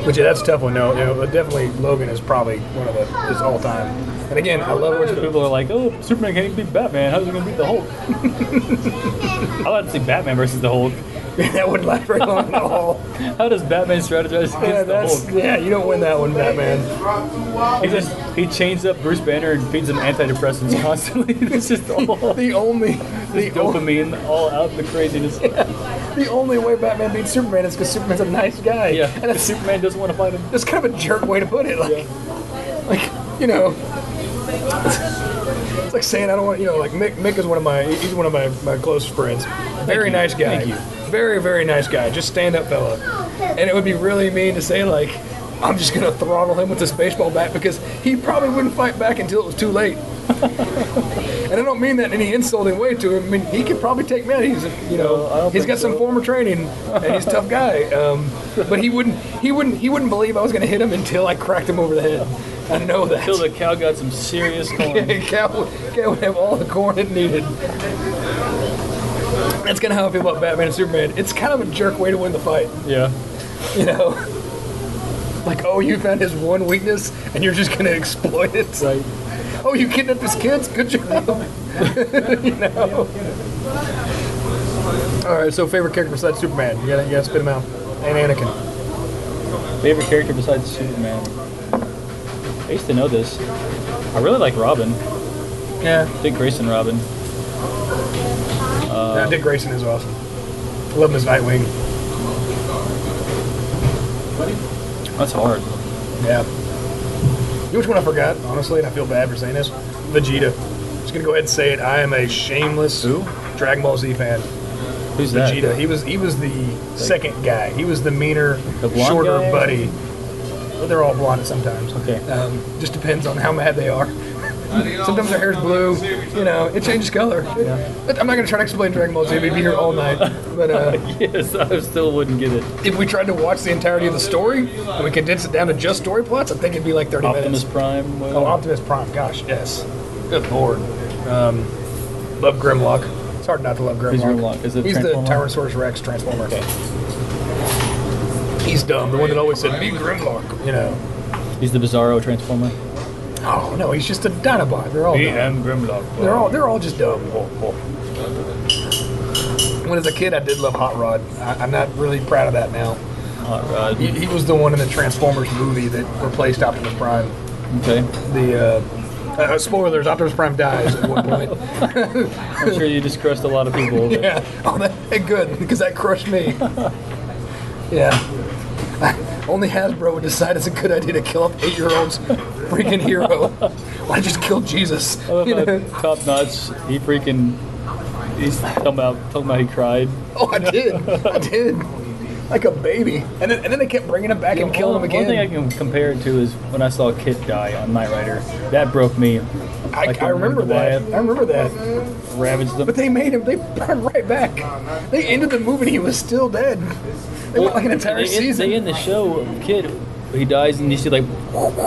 But yeah, that's a tough one. No, no, but definitely Logan is probably one of the his all time. And again, I love what
People are like, oh, Superman can't beat Batman. How's he gonna beat the Hulk? I like to see Batman versus the Hulk.
that wouldn't last very long at all.
How does Batman strategize against
Yeah,
the
that's
Hulk?
yeah, you don't win that one, Batman.
He just he chains up Bruce Banner and feeds him antidepressants constantly. it's just all
The only the, o-
dopamine all out the craziness.
the only way Batman beats Superman is because Superman's a nice guy.
Yeah,
And
and
that's,
Superman doesn't want to fight him.
that's kind of a jerk way to put it. Like, like you know. It's like saying I don't want you know like Mick. Mick is one of my he's one of my, my close friends. Very
you.
nice guy.
Thank you.
Very very nice guy. Just stand up fella. And it would be really mean to say like I'm just gonna throttle him with this baseball bat because he probably wouldn't fight back until it was too late. and I don't mean that in any insulting way to him. I mean he could probably take me out. He's a- you know
No, I don't
he's
think
got some
so.
former training and he's a tough guy. Um, but he wouldn't he wouldn't he wouldn't believe I was gonna hit him until I cracked him over the head. I know that.
Till the cow got some serious corn.
Cat would, Cat would have all the corn it needed. That's kind of how I feel about Batman and Superman. It's kind of a jerk way to win the fight,
yeah.
you know? Like, oh, you found his one weakness and you're just going to exploit it.
Right.
Oh, you kidnapped his kids? Good job. you know? All right, so favorite character besides Superman? You gotta, you gotta spit him out. And Anakin.
Favorite character besides Superman. I used to know this. I really like Robin.
Yeah.
Dick Grayson Robin.
Uh, Dick Grayson is awesome. I love him as Nightwing.
That's hard.
Yeah. You know which one I forgot, honestly, and I feel bad for saying this? Vegeta. Just gonna go ahead and say it. I am a shameless
Who?
Dragon Ball Z fan.
Who's that?
Vegeta. He was he was the second guy. He was the meaner,
The blonde
shorter
guy?
buddy. But they're all blonde sometimes.
Okay.
Um, just depends on how mad they are. Sometimes their hair's blue. You know, it changes color. But I'm not gonna try to explain Dragon Ball Z. We'd be here all night. But uh,
Yes, I still wouldn't get it.
if we tried to watch the entirety of the story and we condensed it down to just story plots, I think it'd be like 30 minutes.
Optimus Prime. Well,
Oh, Optimus Prime. Gosh, yes. Good lord. Um, love Grimlock. It's hard not to love Grimlock.
Who's Grimlock? Is it
He's the
Transformer?
Tyrannosaurus Rex Transformer. He's dumb. The one that always said, be Grimlock. You know.
He's the Bizarro Transformer.
Oh, no, he's just a Dinobot. They're all dumb.
am Grimlock.
They're all, they're all just dumb. When as a kid, I did love Hot Rod. I, I'm not really proud of that now.
Hot Rod.
He, he was the one in the Transformers movie that replaced Optimus Prime.
Okay.
The, uh, uh, spoilers, Optimus Prime dies at one point.
I'm sure you just crushed a lot of people. over.
Yeah. Oh, that, hey, good because that crushed me. yeah.
Only Hasbro would decide it's a good idea to kill up eight-year-olds freaking hero. Why just kill Jesus? You know?
Top notch. He freaking. He's talking about talking about he cried.
Oh, I did. I did. Like a baby. And then, and then they kept bringing him back and killing him
one, One thing I
again.
can compare it to is when I saw Kit die on Knight Rider. That broke me.
I,
like
I
the
remember that.
Goliath
I remember that.
Ravaged them.
But they made him. They brought him right back. They ended the movie and he was still dead. They went like an entire
they, end,
season.
they end the show. Kid, he dies and you see like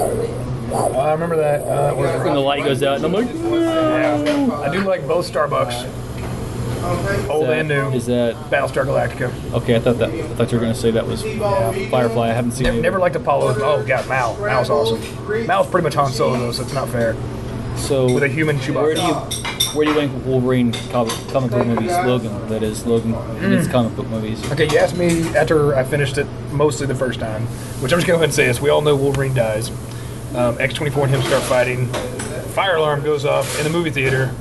Oh, I remember that. Uh, when it
when the light goes out and I'm like,
I do like both Starbucks, old and new.
Is that
Battlestar Galactica.
okay? I thought that I thought you were gonna say that was Firefly. I haven't seen
Never,
it.
never liked Apollo. Oh god, Mal. Mal's awesome. Mal's pretty much Han Solo though, so it's not fair.
So
With a human
Where do you
Chewbacca.
where do you rank Wolverine comic, comic book movies? Logan, that is Logan.
Mm.
in It's comic book movies.
Okay, you asked me after I finished it mostly the first time, which I'm just gonna go ahead and say this. We all know Wolverine dies. Um, X24 and him start fighting. Fire alarm goes off in the movie theater,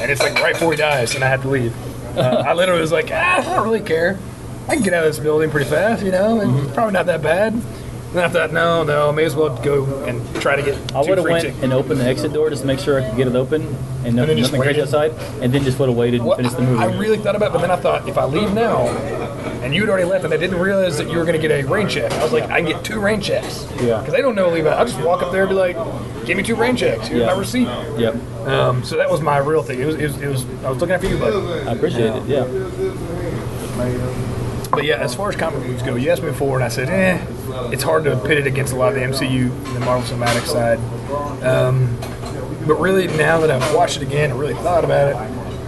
and it's like right before he dies, and I have to leave. Uh, I literally was like, ah, I don't really care. I can get out of this building pretty fast, you know,
Mm-hmm.
and it's probably not that bad. And I thought, no, no, may as well go and try to get.
I
two
would have
free
went
tickets.
and opened the exit door just to make sure I could get it open and nothing,
just
nothing crazy
waited.
outside, and then just would have waited and
Well,
finished the movie.
I really thought about it, but then I thought if I leave now, and you'd already left, and I didn't realize that you were going to get a rain check. I was like, I can get two rain checks.
Yeah.
Because they don't know leave out. I'll just walk up there and be like, give me two rain checks. Here's
Yeah.
my receipt.
yep,
Um, so that was my real thing. It was, it was, it was I was looking after you, but,
I appreciate it. Yeah,
but yeah, as far as comic movies go, you asked me before, and I said, eh, it's hard to pit it against a lot of the MCU and the Marvel Cinematic side. Um, but really, now that I've watched it again and really thought about it,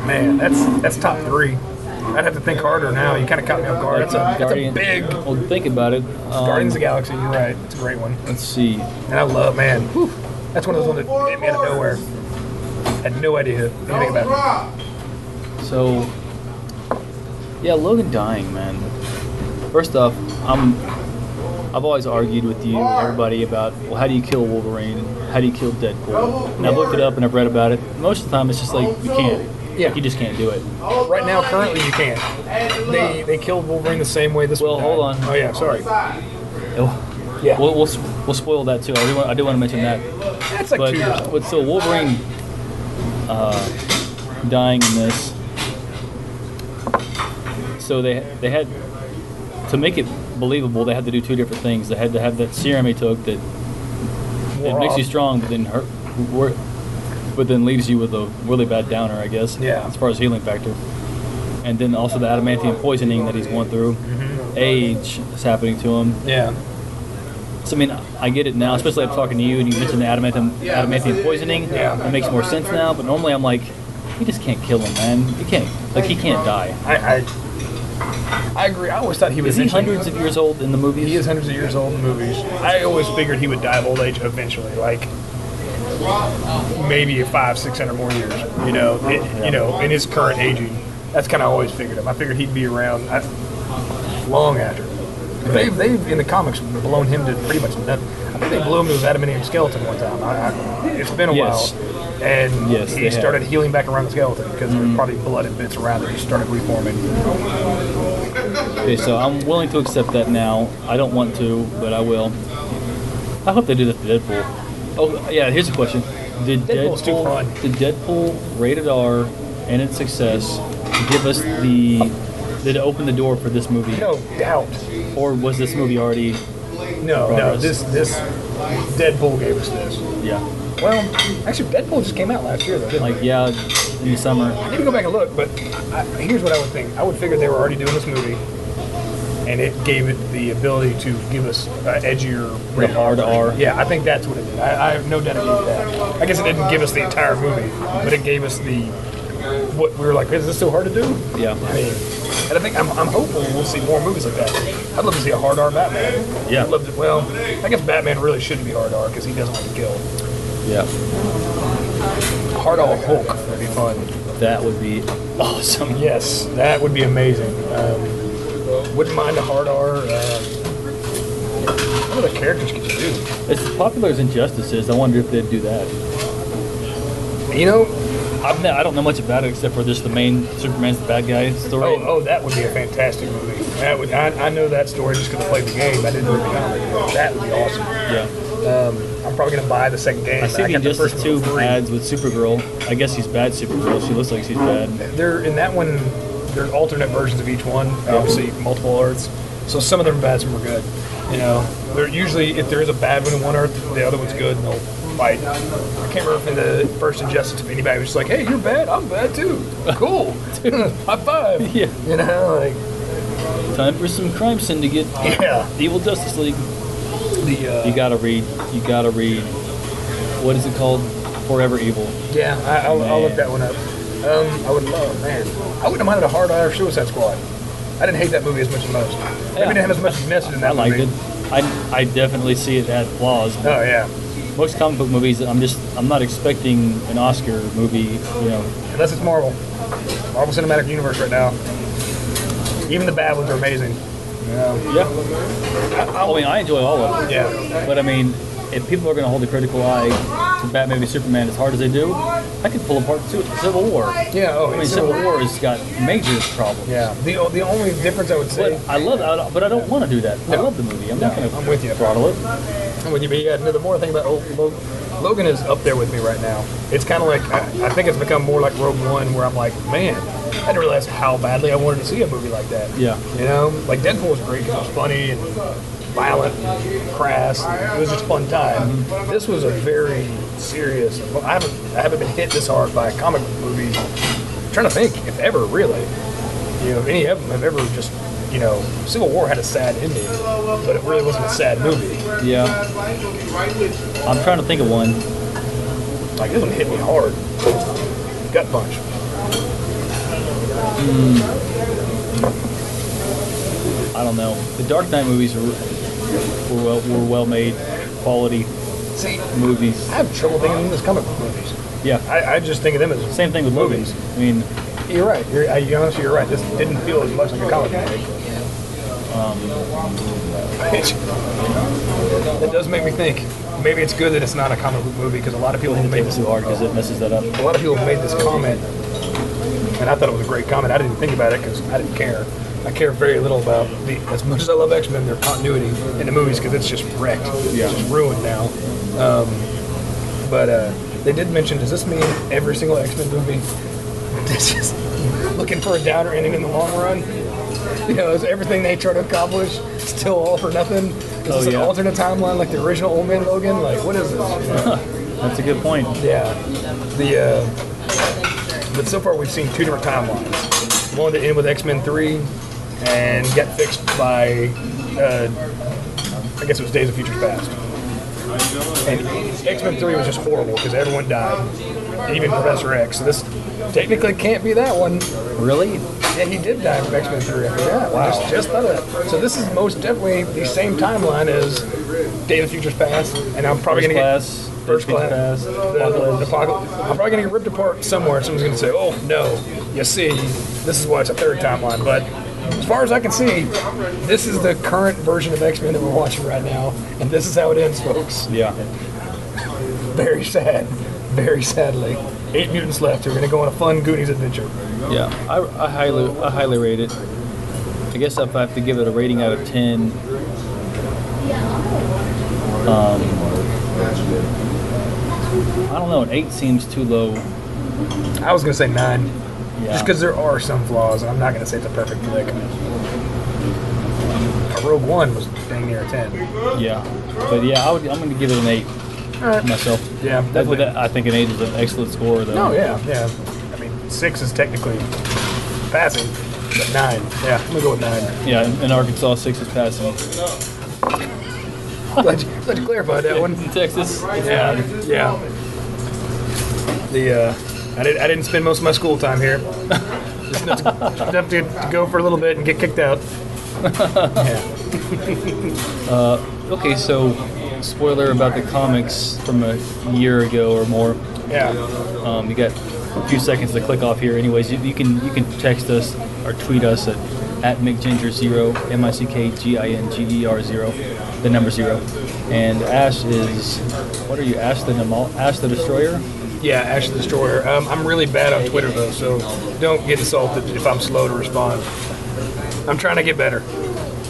man, that's that's top three. I'd have to think harder now. You kind of caught me off guard. That's a, that's a
Guardian-
big
Well, think about it. Um,
Guardians of the Galaxy. You're right. It's a great one.
let's see.
And I love, man. whew, that's one of those ones that hit me out of nowhere. Had no idea anything about
Drop.
So, yeah, Logan dying, man. First off, I'm. I've always argued with you and everybody about well, how do you kill Wolverine? How do you kill Deadpool? And I've looked it up and I've read about it. Most of the time, it's just like you can't.
Yeah.
Like, you just can't do it.
it. Right now, currently, you can't. They they killed Wolverine the same way this.
Well,
one
hold
died.
on.
Oh yeah, sorry.
Yeah. We'll, we'll, s- we'll spoil that too. I do want, I do want to mention that.
That's like
But,
two years.
but so Wolverine uh, dying in this. So they they had to make it believable. They had to do two different things. They had to have that serum he took that it
Wore
makes
off.
you strong, but then hurt, wor- but then leaves you with a really bad downer, I guess.
Yeah.
As far as healing factor, and then also the adamantium poisoning that he's going through,
Mm-hmm.
age is happening to him.
Yeah.
So, I mean, I get it now, especially after talking to you and you mentioned the adamantium, adamantium poisoning.
Yeah.
It makes more sense now, but normally I'm like, you just can't kill him, man. You can't. Like, he can't die.
I, I I agree. I always thought he was
Is he
interesting.
hundreds of years old in the movies?
He is hundreds of years old in movies. I always figured he would die of old age eventually, like maybe five, six hundred more years. You know, it, you know, in his current aging, that's kind of always figured him. I figured he'd be around I, long after. They've, they've in the comics blown him to pretty much nothing. I think they blew him to his adamantium skeleton one time. I, I, it's been a
Yes.
while, and
Yes, they
he
have. Mm-hmm.
started healing back around the skeleton because there was probably blood and bits around it. He started reforming.
Okay, so I'm willing to accept that now. I don't want to, but I will. I hope they do that to Deadpool. Oh, yeah, here's a question. Did
Deadpool's too fun.
Deadpool, did Deadpool rated R and its success give us the. Did it open the door for this movie?
No doubt.
Or was this movie already.
No, no,
Progress.
this this Deadpool gave us this.
Yeah.
Well, actually, Deadpool just came out last year, though. Didn't
Like, yeah, in the summer.
I need to go back and look, but I, here's what I would think. I would figure they were already doing this movie, and it gave it the ability to give us uh, edgier, rated
hard R.
Yeah, I think that's what it did. I, I have no doubt it did that. I guess it didn't give us the entire movie, but it gave us the what we were like. Is this so hard to do? I
Yeah.
mean, and I think I'm, I'm hopeful we'll see more movies like that. I'd love to see a hard R Batman.
Yeah.
I'd love to, well, I guess Batman really shouldn't be hard R because he doesn't like to kill.
Yeah.
Hard R Hulk would be fun.
That would be awesome.
Yes, that would be amazing. Um, wouldn't mind a hard R. Um, what other characters could you do?
As popular as Injustice is, I wonder if they'd do that.
You know,
I've, I don't know much about it except for just the main Superman's the bad guy story.
Oh, oh, that would be a fantastic movie. That would I, I know that story just because I played the game. I didn't know the comic. That would be awesome. Um,
Yeah.
I'm probably gonna buy the second game.
I see
got
the Injustice
first
2
one for free.
ads with Supergirl. I guess she's bad Supergirl. She looks like she's bad.
They're in that one. There's alternate versions of each one. Obviously, multiple Earths. So some of them are bad, some are good. You know, they're usually if there is a bad one in one Earth, the other one's good, and they'll fight. I can't remember if in the first Injustice, if anybody was just like, "Hey, you're bad. I'm bad too. Cool. High five.
Yeah.
You know, like
Time for some crime syndicate.
yeah.
Evil Justice League.
The uh,
You gotta read. You gotta read. What is it called? Forever Evil.
Yeah, I, I'll, I'll look that one up. Um, I would love, man. I wouldn't have minded a hard Irish Suicide Squad. I didn't hate that movie as much as most. Maybe
Yeah.
didn't have as much message in that
I liked
movie.
it. I, I definitely see it had flaws.
Oh yeah,
Most comic book movies, I'm just I'm not expecting an Oscar movie. You know,
unless it's Marvel, Marvel Cinematic Universe right now. Even the bad ones are amazing.
yeah. I, I mean, I enjoy all of it,
Yeah,
but I mean, if people are going to hold a critical eye to Batman v Superman as hard as they do, I could pull apart Ci- Civil War.
yeah. Oh,
I mean,
it's
Civil
so-
War has got major problems.
Yeah. The o- the only difference I would
But
say,
I love, I, but I don't want to do that. I love the movie. I'm not
No,
going
I'm
to
with you.
throttle it.
when you but yeah, no, the more I think about oh, Lo- Logan is up there with me right now. It's kind of like I, I think it's become more like Rogue One, where I'm like, man, I didn't realize how badly I wanted to see a movie like that.
Yeah.
You know, like Deadpool was great because it was funny and violent and crass. It was just a fun time. This was a very serious. Well, I haven't I haven't been hit this hard by a comic book movie. I'm trying to think if ever really, you know, if any of them have ever just. You know, Civil War had a sad ending, but it really wasn't a sad movie.
Yeah. I'm trying to think of one.
Like this one hit me hard. Gut punch.
I don't know. The Dark Knight movies were were well, were well made, quality
See,
movies.
I have trouble thinking of them as comic book movies.
Yeah.
I, I just think of them as.
Same thing with movies. I mean,
You're right. You're, I, you honestly, you're right. This didn't feel as much like a comic book. Um, that does make me think. Maybe it's good that it's not a comic book movie because a lot of people
I
have
think
made
it's
this.
too hard because it messes that up.
A lot of people have made this comment, and I thought it was a great comment. I didn't think about it because I didn't care. I care very little about the as much as I love X Men, their continuity in the movies because it's just wrecked.
Yeah.
It's just ruined now. Um, but uh, they did mention, does this mean every single X Men movie is just looking for a downer ending in the long run? You know, is everything they try to accomplish still all for nothing? Is
Oh,
this an
yeah.
alternate timeline like the original Old Man Logan? Like, what is this? You know?
That's a good point.
Yeah. The uh, but so far we've seen two different timelines. One that ended with X Men three, and got fixed by uh, I guess it was Days of Future Past. And X Men three was just horrible because everyone died, even Professor X. So this technically can't be that one.
Really?
Yeah, he did die from X Men three. I forgot. Wow. Just, just thought of that. So this is most definitely the same timeline as Days of Future Past, and I'm probably
First
gonna get
class.
First
Future Past,
class. The, the
Apocalypse.
apocalypse. I'm probably gonna get ripped apart somewhere. and Someone's gonna say, "Oh no, you see, this is why it's a third timeline." But as far as I can see, this is the current version of X Men that we're watching right now, and this is how it ends, folks.
Yeah.
Very sad, very sadly. Eight mutants left. We're gonna go on a fun Goonies adventure.
Yeah. I, I highly I highly rate it. I guess if I have to give it a rating out of ten. Um, I don't know. An eight seems too low.
I was gonna say nine,
Yeah.
just because there are some flaws, and I'm not gonna say it's a perfect flick. Rogue One was dang near a ten.
Yeah, but yeah, I would, I'm going to give it an eight myself.
Yeah,
That,
definitely.
that, I think an eight is an excellent score, though.
Oh yeah, yeah. I mean, six is technically passing, but nine. Yeah, I'm gonna go with nine.
yeah. In, in Arkansas, six is passing.
glad, you, glad you clarified that one.
In Texas, it's
Yeah,
nine.
yeah. The uh, I didn't I didn't spend most of my school time here. Just enough to, just enough to, to go for a little bit and get kicked out. yeah.
Okay, so spoiler about the comics from a year ago or more.
yeah,
Um, you got a few seconds to click off here. Anyways, you, you can you can text us or tweet us at at MickGinger zero M I C K G I N G E R zero, the number zero. And Ash is what are you? Ash the Nemo- Ash the Destroyer.
Yeah, Ash the Destroyer. Um, I'm really bad on Twitter though, so don't get insulted if I'm slow to respond. I'm trying to get better.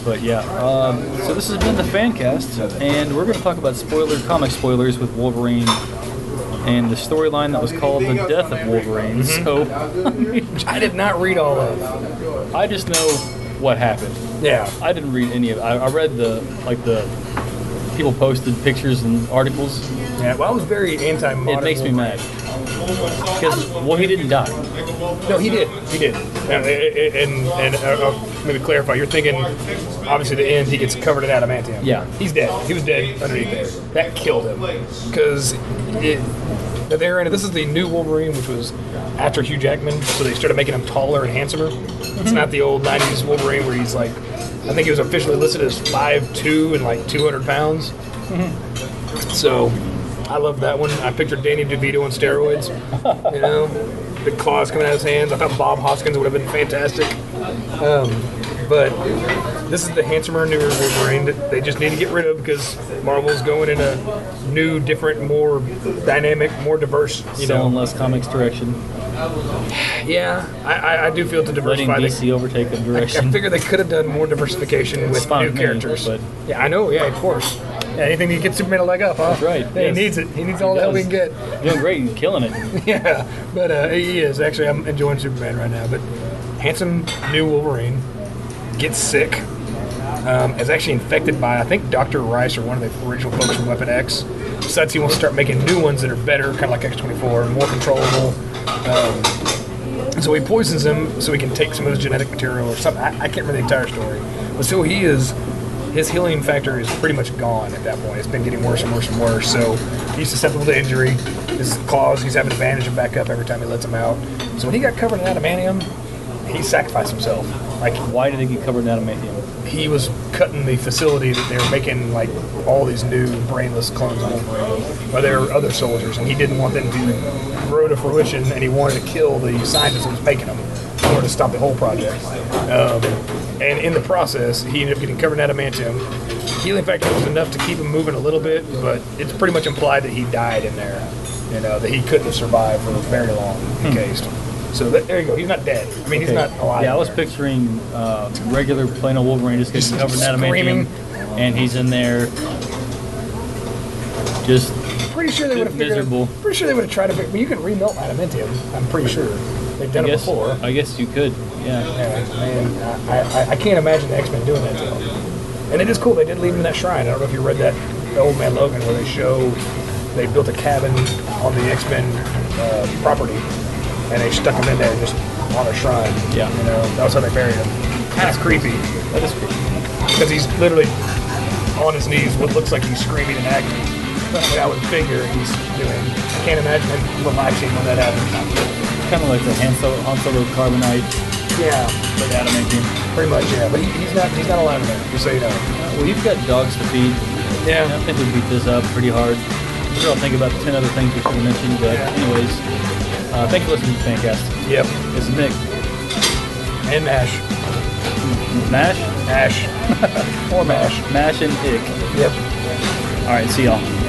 But yeah, um, so this has been the fan cast, and we're going to talk about spoiler comic spoilers with Wolverine and the storyline that was called The Death of Wolverine.
I did not read all of.
So I just know what happened.
Yeah.
I didn't read any of it. I, I read the like the people posted pictures and articles.
Yeah. Well, I was very anti-modern.
It makes me mad because well, he didn't die.
No, he did. He did. And and, and uh, uh, maybe clarify. You're thinking, obviously, the end he gets covered in adamantium.
Yeah.
he's dead. He was dead underneath there. That killed him because it. At their end, this is the new Wolverine, which was after Hugh Jackman, so they started making him taller and handsomer. It's not the old '90s Wolverine where he's like, I think he was officially listed as 5'2 and like 200 pounds. Mm-hmm. So I love that one. I pictured Danny DeVito on steroids. You know, the claws coming out of his hands. I thought Bob Hoskins would have been fantastic. Um, but this is the handsomer, newer Wolverine that they just need to get rid of because Marvel's going in a new, different, more dynamic, more diverse. You
so
know,
unless comics direction,
yeah, I, I, I do feel to
letting
diversify.
DC overtake the
I, I
direction.
figure they could have done more diversification with
fine
new
with me,
characters.
but-
yeah, I know. Yeah, of course. Yeah, anything to get Superman a leg up, huh?
That's right,
Yeah,
yes.
He needs it. He needs all the help we
does.
can get.
Doing great and killing it.
Yeah, but uh, he is actually. I'm enjoying Superman right now. But handsome new Wolverine gets sick. Um, is actually infected by I think Doctor Rice or one of the original folks from Weapon X. Decides he wants to start making new ones that are better, kind of like X24, more controllable. Um, so he poisons him so he can take some of his genetic material or something. I, I can't remember the entire story, but so he is. His healing factor is pretty much gone at that point. It's been getting worse and worse and worse. So he's susceptible to injury. His claws, he's having to bandage him back up every time he lets him out. So when he got covered in adamantium, he sacrificed himself. Like
Why did they get covered in adamantium?
he was cutting the facility that they were making like all these new brainless clones of Wolverine, or there were other soldiers, and he didn't want them to grow to fruition, and he wanted to kill the scientist that was making them in order to stop the whole project. Um, and in the process, he ended up getting covered in adamantium. Healing factor was enough to keep him moving a little bit, but it's pretty much implied that he died in there. You know that he couldn't have survived for very long, encased. So that, there you go. He's not dead. I mean, he's not alive.
Yeah, I
in
was
there.
picturing uh, regular plain old Wolverine just getting covered in adamantium,
screaming.
and he's in there just
Pretty sure they would have figured.
Miserable.
Pretty sure they would have tried to. fi- I mean, you can remelt adamantium. I'm pretty sure they've done
I
it
guess,
before.
I guess you could. Yeah.
Yeah, man, I, I, I can't imagine the X Men doing that to him. And it is cool. They did leave him in that shrine. I don't know if you read that the Old Man Logan where they show they built a cabin on the X Men uh, property and they stuck him in there just on a shrine.
Yeah.
you know that was how they buried him. Kind of creepy
That is cool.
because he's literally on his knees, what looks like he's screaming in agony. What I would figure he's doing. I can't imagine him relaxing when that happens.
Kind of like the Han Solo, Han Solo carbonite
Yeah,
with adamantium.
pretty much. Yeah, but he, he's not. He's not alive now. Just so you know.
Uh, Well, you've got dogs to feed.
Yeah.
I think we beat this up pretty hard. I'm sure I'll think about the 10 other things we should have mentioned, but anyways, uh, thank you for listening to Fancast.
Yep.
This is Nick.
And Mash.
Mash?
Ash. or Mash.
Mash and Ick.
Yep.
Alright, see y'all.